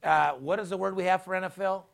Speaker 3: Uh, what is the word we have for NFL?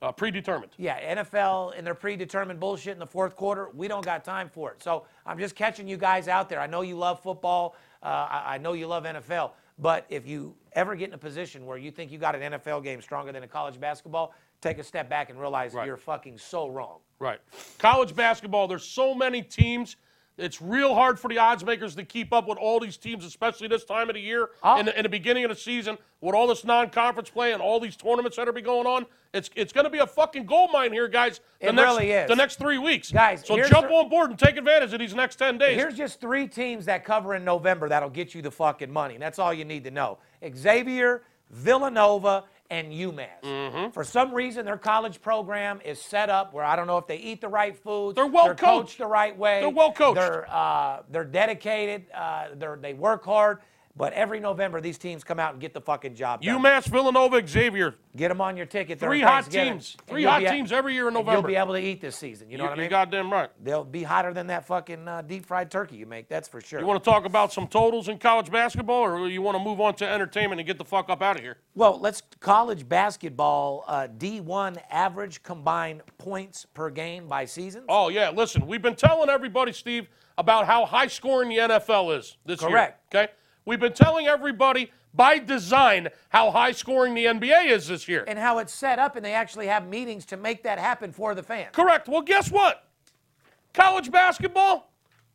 Speaker 4: Uh, predetermined.
Speaker 3: Yeah, NFL and their predetermined bullshit in the fourth quarter, we don't got time for it. So I'm just catching you guys out there. I know you love football. Uh, I, I know you love NFL. But if you ever get in a position where you think you got an NFL game stronger than a college basketball, take a step back and realize
Speaker 4: Right.
Speaker 3: you're fucking so wrong.
Speaker 4: Right. College basketball, there's so many teams. It's real hard for the odds makers to keep up with all these teams, especially this time of the year
Speaker 3: Ah.
Speaker 4: in, the, in the beginning of the season with all this non-conference play and all these tournaments that are be going on. It's it's going to be a fucking gold mine here, guys. The
Speaker 3: It
Speaker 4: next,
Speaker 3: really is.
Speaker 4: The next three weeks,
Speaker 3: Guys,
Speaker 4: So
Speaker 3: here's
Speaker 4: jump
Speaker 3: the-
Speaker 4: on board and take advantage of these next ten days.
Speaker 3: Here's just three teams that cover in November that'll get you the fucking money. That's all you need to know. Xavier, Villanova, and UMass.
Speaker 4: Mm-hmm.
Speaker 3: For some reason, their college program is set up where I don't know if they eat the right food.
Speaker 4: They're well
Speaker 3: they're coached.
Speaker 4: coached.
Speaker 3: the right way.
Speaker 4: They're well coached.
Speaker 3: They're, uh, they're dedicated. Uh, they're, they work hard. But every November, these teams come out and get the fucking job done.
Speaker 4: UMass, Villanova, Xavier.
Speaker 3: Get them on your ticket. during
Speaker 4: Three hot
Speaker 3: Thanksgiving,
Speaker 4: teams.
Speaker 3: and
Speaker 4: Three
Speaker 3: you'll
Speaker 4: hot
Speaker 3: be a-
Speaker 4: teams every year in
Speaker 3: and
Speaker 4: November.
Speaker 3: You'll be able to eat this season. You know
Speaker 4: You-
Speaker 3: what I
Speaker 4: you
Speaker 3: mean?
Speaker 4: goddamn right.
Speaker 3: They'll be hotter than that fucking uh, deep fried turkey you make. That's for sure.
Speaker 4: You want to talk about some totals in college basketball, or you want to move on to entertainment and get the fuck up out of here?
Speaker 3: Well, let's college basketball uh, D1 average combined points per game by season.
Speaker 4: Oh yeah, listen, we've been telling everybody, Steve, about how high scoring the NFL is this
Speaker 3: Correct.
Speaker 4: year. Okay, we've been telling everybody by design how high scoring the NBA is this year.
Speaker 3: And how it's set up, and they actually have meetings to make that happen for the fans.
Speaker 4: Correct. Well, guess what? College basketball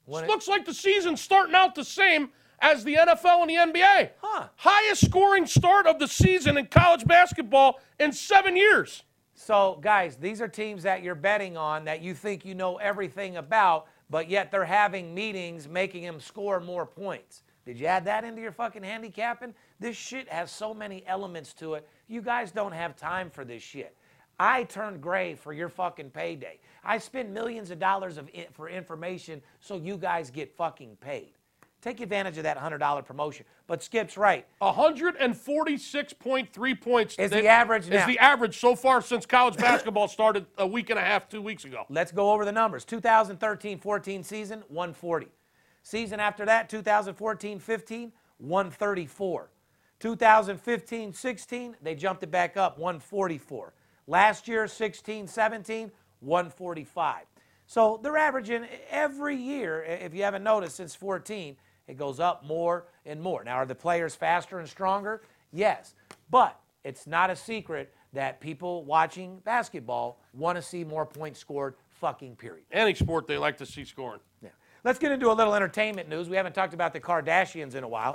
Speaker 3: When it-
Speaker 4: looks like the season's starting out the same as the NFL and the NBA.
Speaker 3: Huh.
Speaker 4: Highest scoring start of the season in college basketball in seven years.
Speaker 3: So, guys, these are teams that you're betting on that you think you know everything about, but yet they're having meetings making them score more points. Did you add that into your fucking handicapping? This shit has so many elements to it. You guys don't have time for this shit. I turned gray for your fucking payday. I spend millions of dollars of it for information so you guys get fucking paid. Take advantage of that $100 promotion. But Skip's right.
Speaker 4: 146.3 points
Speaker 3: Is
Speaker 4: They-
Speaker 3: the average now.
Speaker 4: Is the average so far since college basketball started a week and a half, two weeks ago.
Speaker 3: Let's go over the numbers. 2013 14 season, 140. Season after that, 2014 15, 134. 2015 16, they jumped it back up, 144. Last year, 16 17, 145. So they're averaging every year, i- if you haven't noticed, since 14, it goes up more and more. Now, are the players faster and stronger? Yes. But it's not a secret that people watching basketball want to see more points scored, fucking period.
Speaker 4: Any sport they like to see scoring.
Speaker 3: Yeah. Let's get into a little entertainment news. We haven't talked about the Kardashians in a while.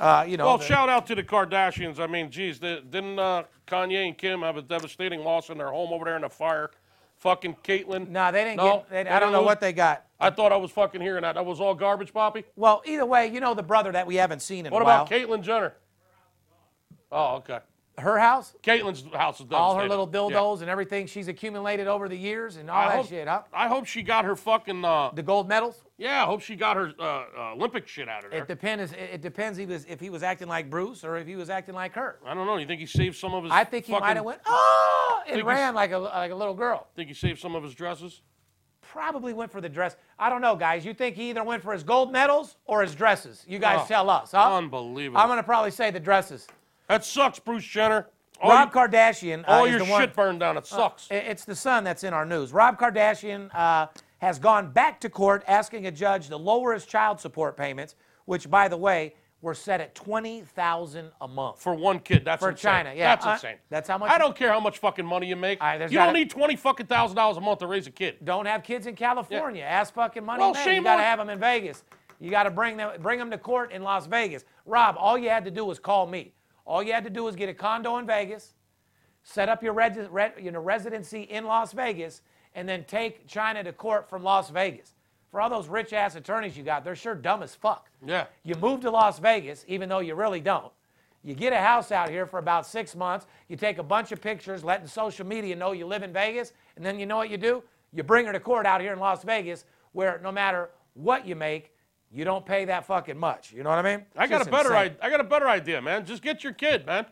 Speaker 3: uh, you know,
Speaker 4: Well,
Speaker 3: the-
Speaker 4: shout out to the Kardashians. I mean, geez, they, didn't uh, Kanye and Kim have a devastating loss in their home over there in the fire? fucking Caitlin.
Speaker 3: No, they didn't
Speaker 4: No,
Speaker 3: get. They,
Speaker 4: they
Speaker 3: I don't
Speaker 4: didn't
Speaker 3: know
Speaker 4: lose?
Speaker 3: what they got.
Speaker 4: I thought I was fucking hearing that. That was all garbage, Poppy.
Speaker 3: Well, either way, you know the brother that we haven't seen in
Speaker 4: What
Speaker 3: a while.
Speaker 4: about Caitlyn Jenner? Oh, okay.
Speaker 3: Her house,
Speaker 4: Caitlyn's house is done.
Speaker 3: all her little dildos and everything she's accumulated over the years, and all
Speaker 4: I
Speaker 3: that
Speaker 4: hope,
Speaker 3: shit, huh?
Speaker 4: I hope she got her fucking. Uh,
Speaker 3: The gold medals.
Speaker 4: yeah, I hope she got her uh, uh, Olympic shit out of there.
Speaker 3: It depends. It, it depends. He was if he was acting like Bruce or if he was acting like her.
Speaker 4: I don't know. You think he saved some of his?
Speaker 3: I think he
Speaker 4: fucking-
Speaker 3: might have went oh and
Speaker 4: Think
Speaker 3: ran
Speaker 4: he's-
Speaker 3: like a like a little girl.
Speaker 4: Think he saved some of his dresses?
Speaker 3: Probably went for the dress. I don't know, guys. You think he either went for his gold medals or his dresses? You guys
Speaker 4: Oh,
Speaker 3: tell us, huh?
Speaker 4: unbelievable.
Speaker 3: I'm gonna probably say the dresses.
Speaker 4: That sucks, Bruce Jenner. All
Speaker 3: Rob
Speaker 4: your,
Speaker 3: Kardashian. uh,
Speaker 4: all
Speaker 3: is
Speaker 4: your
Speaker 3: the
Speaker 4: shit
Speaker 3: one- Uh,
Speaker 4: burned down. It sucks.
Speaker 3: I- It's the son that's in our news. Rob Kardashian uh, has gone back to court asking a judge to lower his child support payments, which, by the way, were set at twenty thousand a month.
Speaker 4: for one kid, that's
Speaker 3: For
Speaker 4: insane.
Speaker 3: China, yeah.
Speaker 4: that's
Speaker 3: Uh,
Speaker 4: insane.
Speaker 3: that's how much-
Speaker 4: I don't care how much fucking money you make.
Speaker 3: All right, there's
Speaker 4: you don't
Speaker 3: gotta-
Speaker 4: need twenty fucking thousand dollars a month to raise a kid.
Speaker 3: Don't have kids in California. Ask fucking money
Speaker 4: Well,
Speaker 3: man. You
Speaker 4: shame
Speaker 3: gotta
Speaker 4: on-
Speaker 3: have them in Vegas. You gotta bring them bring them to court in Las Vegas. Rob, all you had to do was call me. All you had to do was get a condo in Vegas, set up your regi- re- you know, residency in Las Vegas, and then take China to court from Las Vegas. For all those rich ass attorneys you got, they're sure dumb as fuck.
Speaker 4: Yeah.
Speaker 3: You move to Las Vegas, even though you really don't. You get a house out here for about six months. You take a bunch of pictures, letting social media know you live in Vegas. And then you know what you do? You bring her to court out here in Las Vegas, where no matter what you make, you don't pay that fucking much. You know what I mean?
Speaker 4: I
Speaker 3: It's
Speaker 4: got
Speaker 3: just
Speaker 4: a better
Speaker 3: insane.
Speaker 4: idea. I got a better idea, man. Just get your kid, man.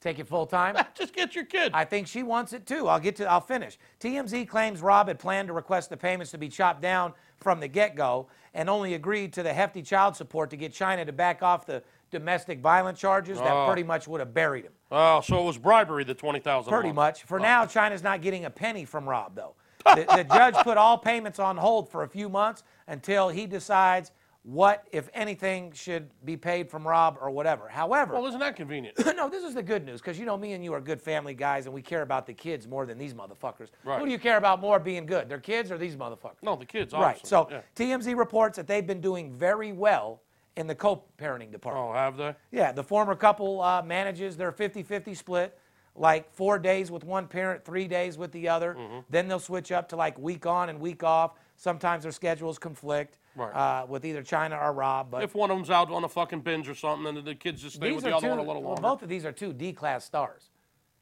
Speaker 3: Take it full time.
Speaker 4: Just get your kid.
Speaker 3: I think she wants it too. I'll get to. I'll finish. TMZ claims Rob had planned to request the payments to be chopped down from the get-go and only agreed to the hefty child support to get China to back off the domestic violence charges that pretty much would have buried him.
Speaker 4: oh, so it was bribery, the twenty thousand.
Speaker 3: Pretty much. For now, China's not getting a penny from Rob though. The, the judge put all payments on hold for a few months until he decides what, if anything, should be paid from Rob or whatever. However,
Speaker 4: Well, isn't that convenient?
Speaker 3: no, this is the good news because you know me and you are good family guys, and we care about the kids more than these motherfuckers.
Speaker 4: Right.
Speaker 3: Who do you care about more being good, their kids or these motherfuckers?
Speaker 4: no, the kids.
Speaker 3: right.
Speaker 4: obviously.
Speaker 3: So
Speaker 4: Yeah.
Speaker 3: TMZ reports that they've been doing very well in the co-parenting department.
Speaker 4: Oh, have they?
Speaker 3: Yeah, the former couple uh, manages their 50-50 split, like four days with one parent, three days with the other.
Speaker 4: Mm-hmm.
Speaker 3: Then they'll switch up to like week on and week off. Sometimes their schedules conflict
Speaker 4: Right.
Speaker 3: uh, with either China or Rob, but.
Speaker 4: If one of them's out on a fucking binge or something, then the kids just stay with the other
Speaker 3: two,
Speaker 4: one a little
Speaker 3: well,
Speaker 4: longer.
Speaker 3: both of these are two D-class stars.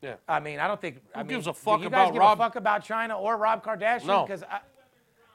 Speaker 4: yeah.
Speaker 3: I mean, I don't think. Who I mean,
Speaker 4: gives a fuck
Speaker 3: do you guys
Speaker 4: about
Speaker 3: give
Speaker 4: Rob-
Speaker 3: a fuck about China or Rob Kardashian?
Speaker 4: No.
Speaker 3: Because I,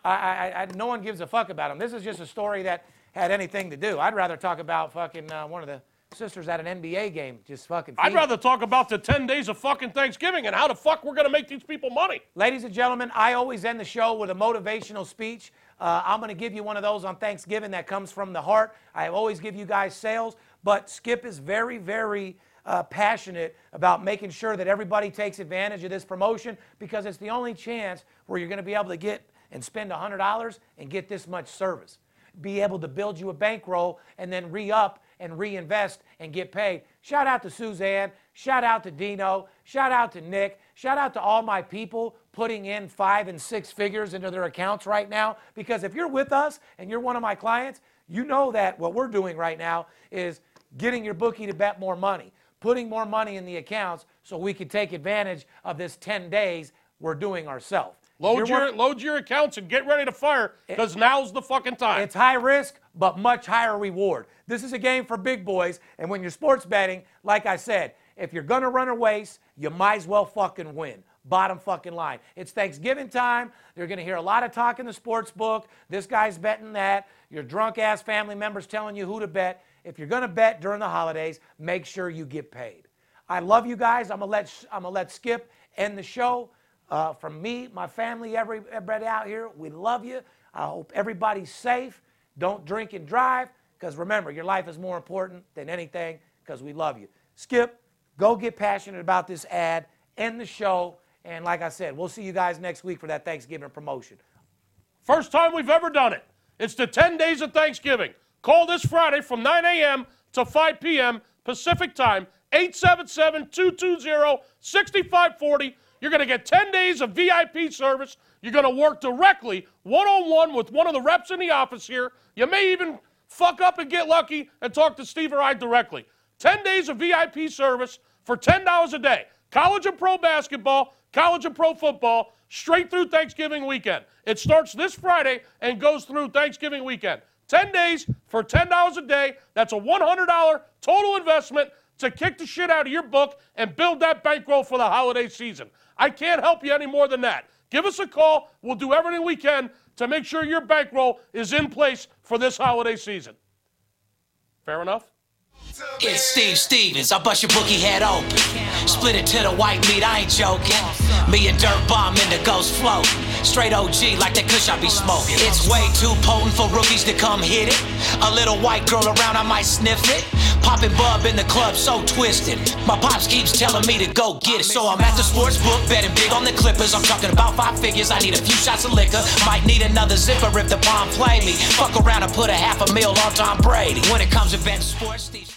Speaker 3: I, I, I, no one gives a fuck about him. This is just a story that had anything to do. I'd rather talk about fucking uh, one of the sisters at an NBA game just fucking.
Speaker 4: I'd
Speaker 3: feeding.
Speaker 4: rather talk about the ten days of fucking Thanksgiving and how the fuck we're gonna make these people money.
Speaker 3: Ladies and gentlemen, I always end the show with a motivational speech. Uh, I'm going to give you one of those on Thanksgiving that comes from the heart. I always give you guys sales, but Skip is very, very uh, passionate about making sure that everybody takes advantage of this promotion because it's the only chance where you're going to be able to get and spend $100 and get this much service. Be able to build you a bankroll and then re up and reinvest and get paid. Shout out to Suzanne. Shout out to Dino. Shout out to Nick. Shout out to all my people putting in five and six figures into their accounts right now. Because if you're with us and you're one of my clients, you know that what we're doing right now is getting your bookie to bet more money, putting more money in the accounts so we can take advantage of this 10 days we're doing ourselves.
Speaker 4: Load your load your accounts and get ready to fire
Speaker 3: Eh.
Speaker 4: because now's the fucking time.
Speaker 3: It's high risk, but much higher reward. This is a game for big boys, and when you're sports betting, like I said, if you're gonna run a race, you might as well fucking win. Bottom fucking line. It's Thanksgiving time. You're gonna hear a lot of talk in the sports book. This guy's betting that. Your drunk ass family members telling you who to bet. If you're gonna bet during the holidays, make sure you get paid. I love you guys. I'm gonna let I'm gonna let Skip end the show. Uh, from me, my family, every, everybody out here, we love you. I hope everybody's safe. Don't drink and drive, because remember, your life is more important than anything, because we love you. Skip, go get passionate about this ad, end the show, and like I said, we'll see you guys next week for that Thanksgiving promotion.
Speaker 4: First time we've ever done it. It's the 10 days of Thanksgiving. Call this Friday from 9 a.m. to 5 p.m. Pacific time, 877 220 6540. You're going to get 10 days of VIP service. You're going to work directly one on one with one of the reps in the office here. You may even fuck up and get lucky and talk to Steve or I directly. 10 days of VIP service for $10 a day. college and pro basketball, college and pro football, straight through Thanksgiving weekend. It starts this Friday and goes through Thanksgiving weekend. 10 days for $10 a day. That's a $100 total investment to kick the shit out of your book and build that bankroll for the holiday season. I can't help you any more than that. Give us a call. We'll do everything we can to make sure your bankroll is in place for this holiday season. Fair enough?
Speaker 6: It's Steve Stevens. I bust your bookie head open. Split it to the white meat, I ain't joking. Me and Dirt Bomb in the ghost float. Straight OG like that kush I be smoking. It's way too potent for rookies to come hit it. A little white girl around, I might sniff it. Popping bub in the club, so twisted. My pops keeps telling me to go get it. So I'm at the sports book, betting big on the Clippers. I'm talking about five figures. I need a few shots of liquor. Might need another zipper if the bomb play me. Fuck around and put a half a mil on Tom Brady. When it comes to betting sports, Steve.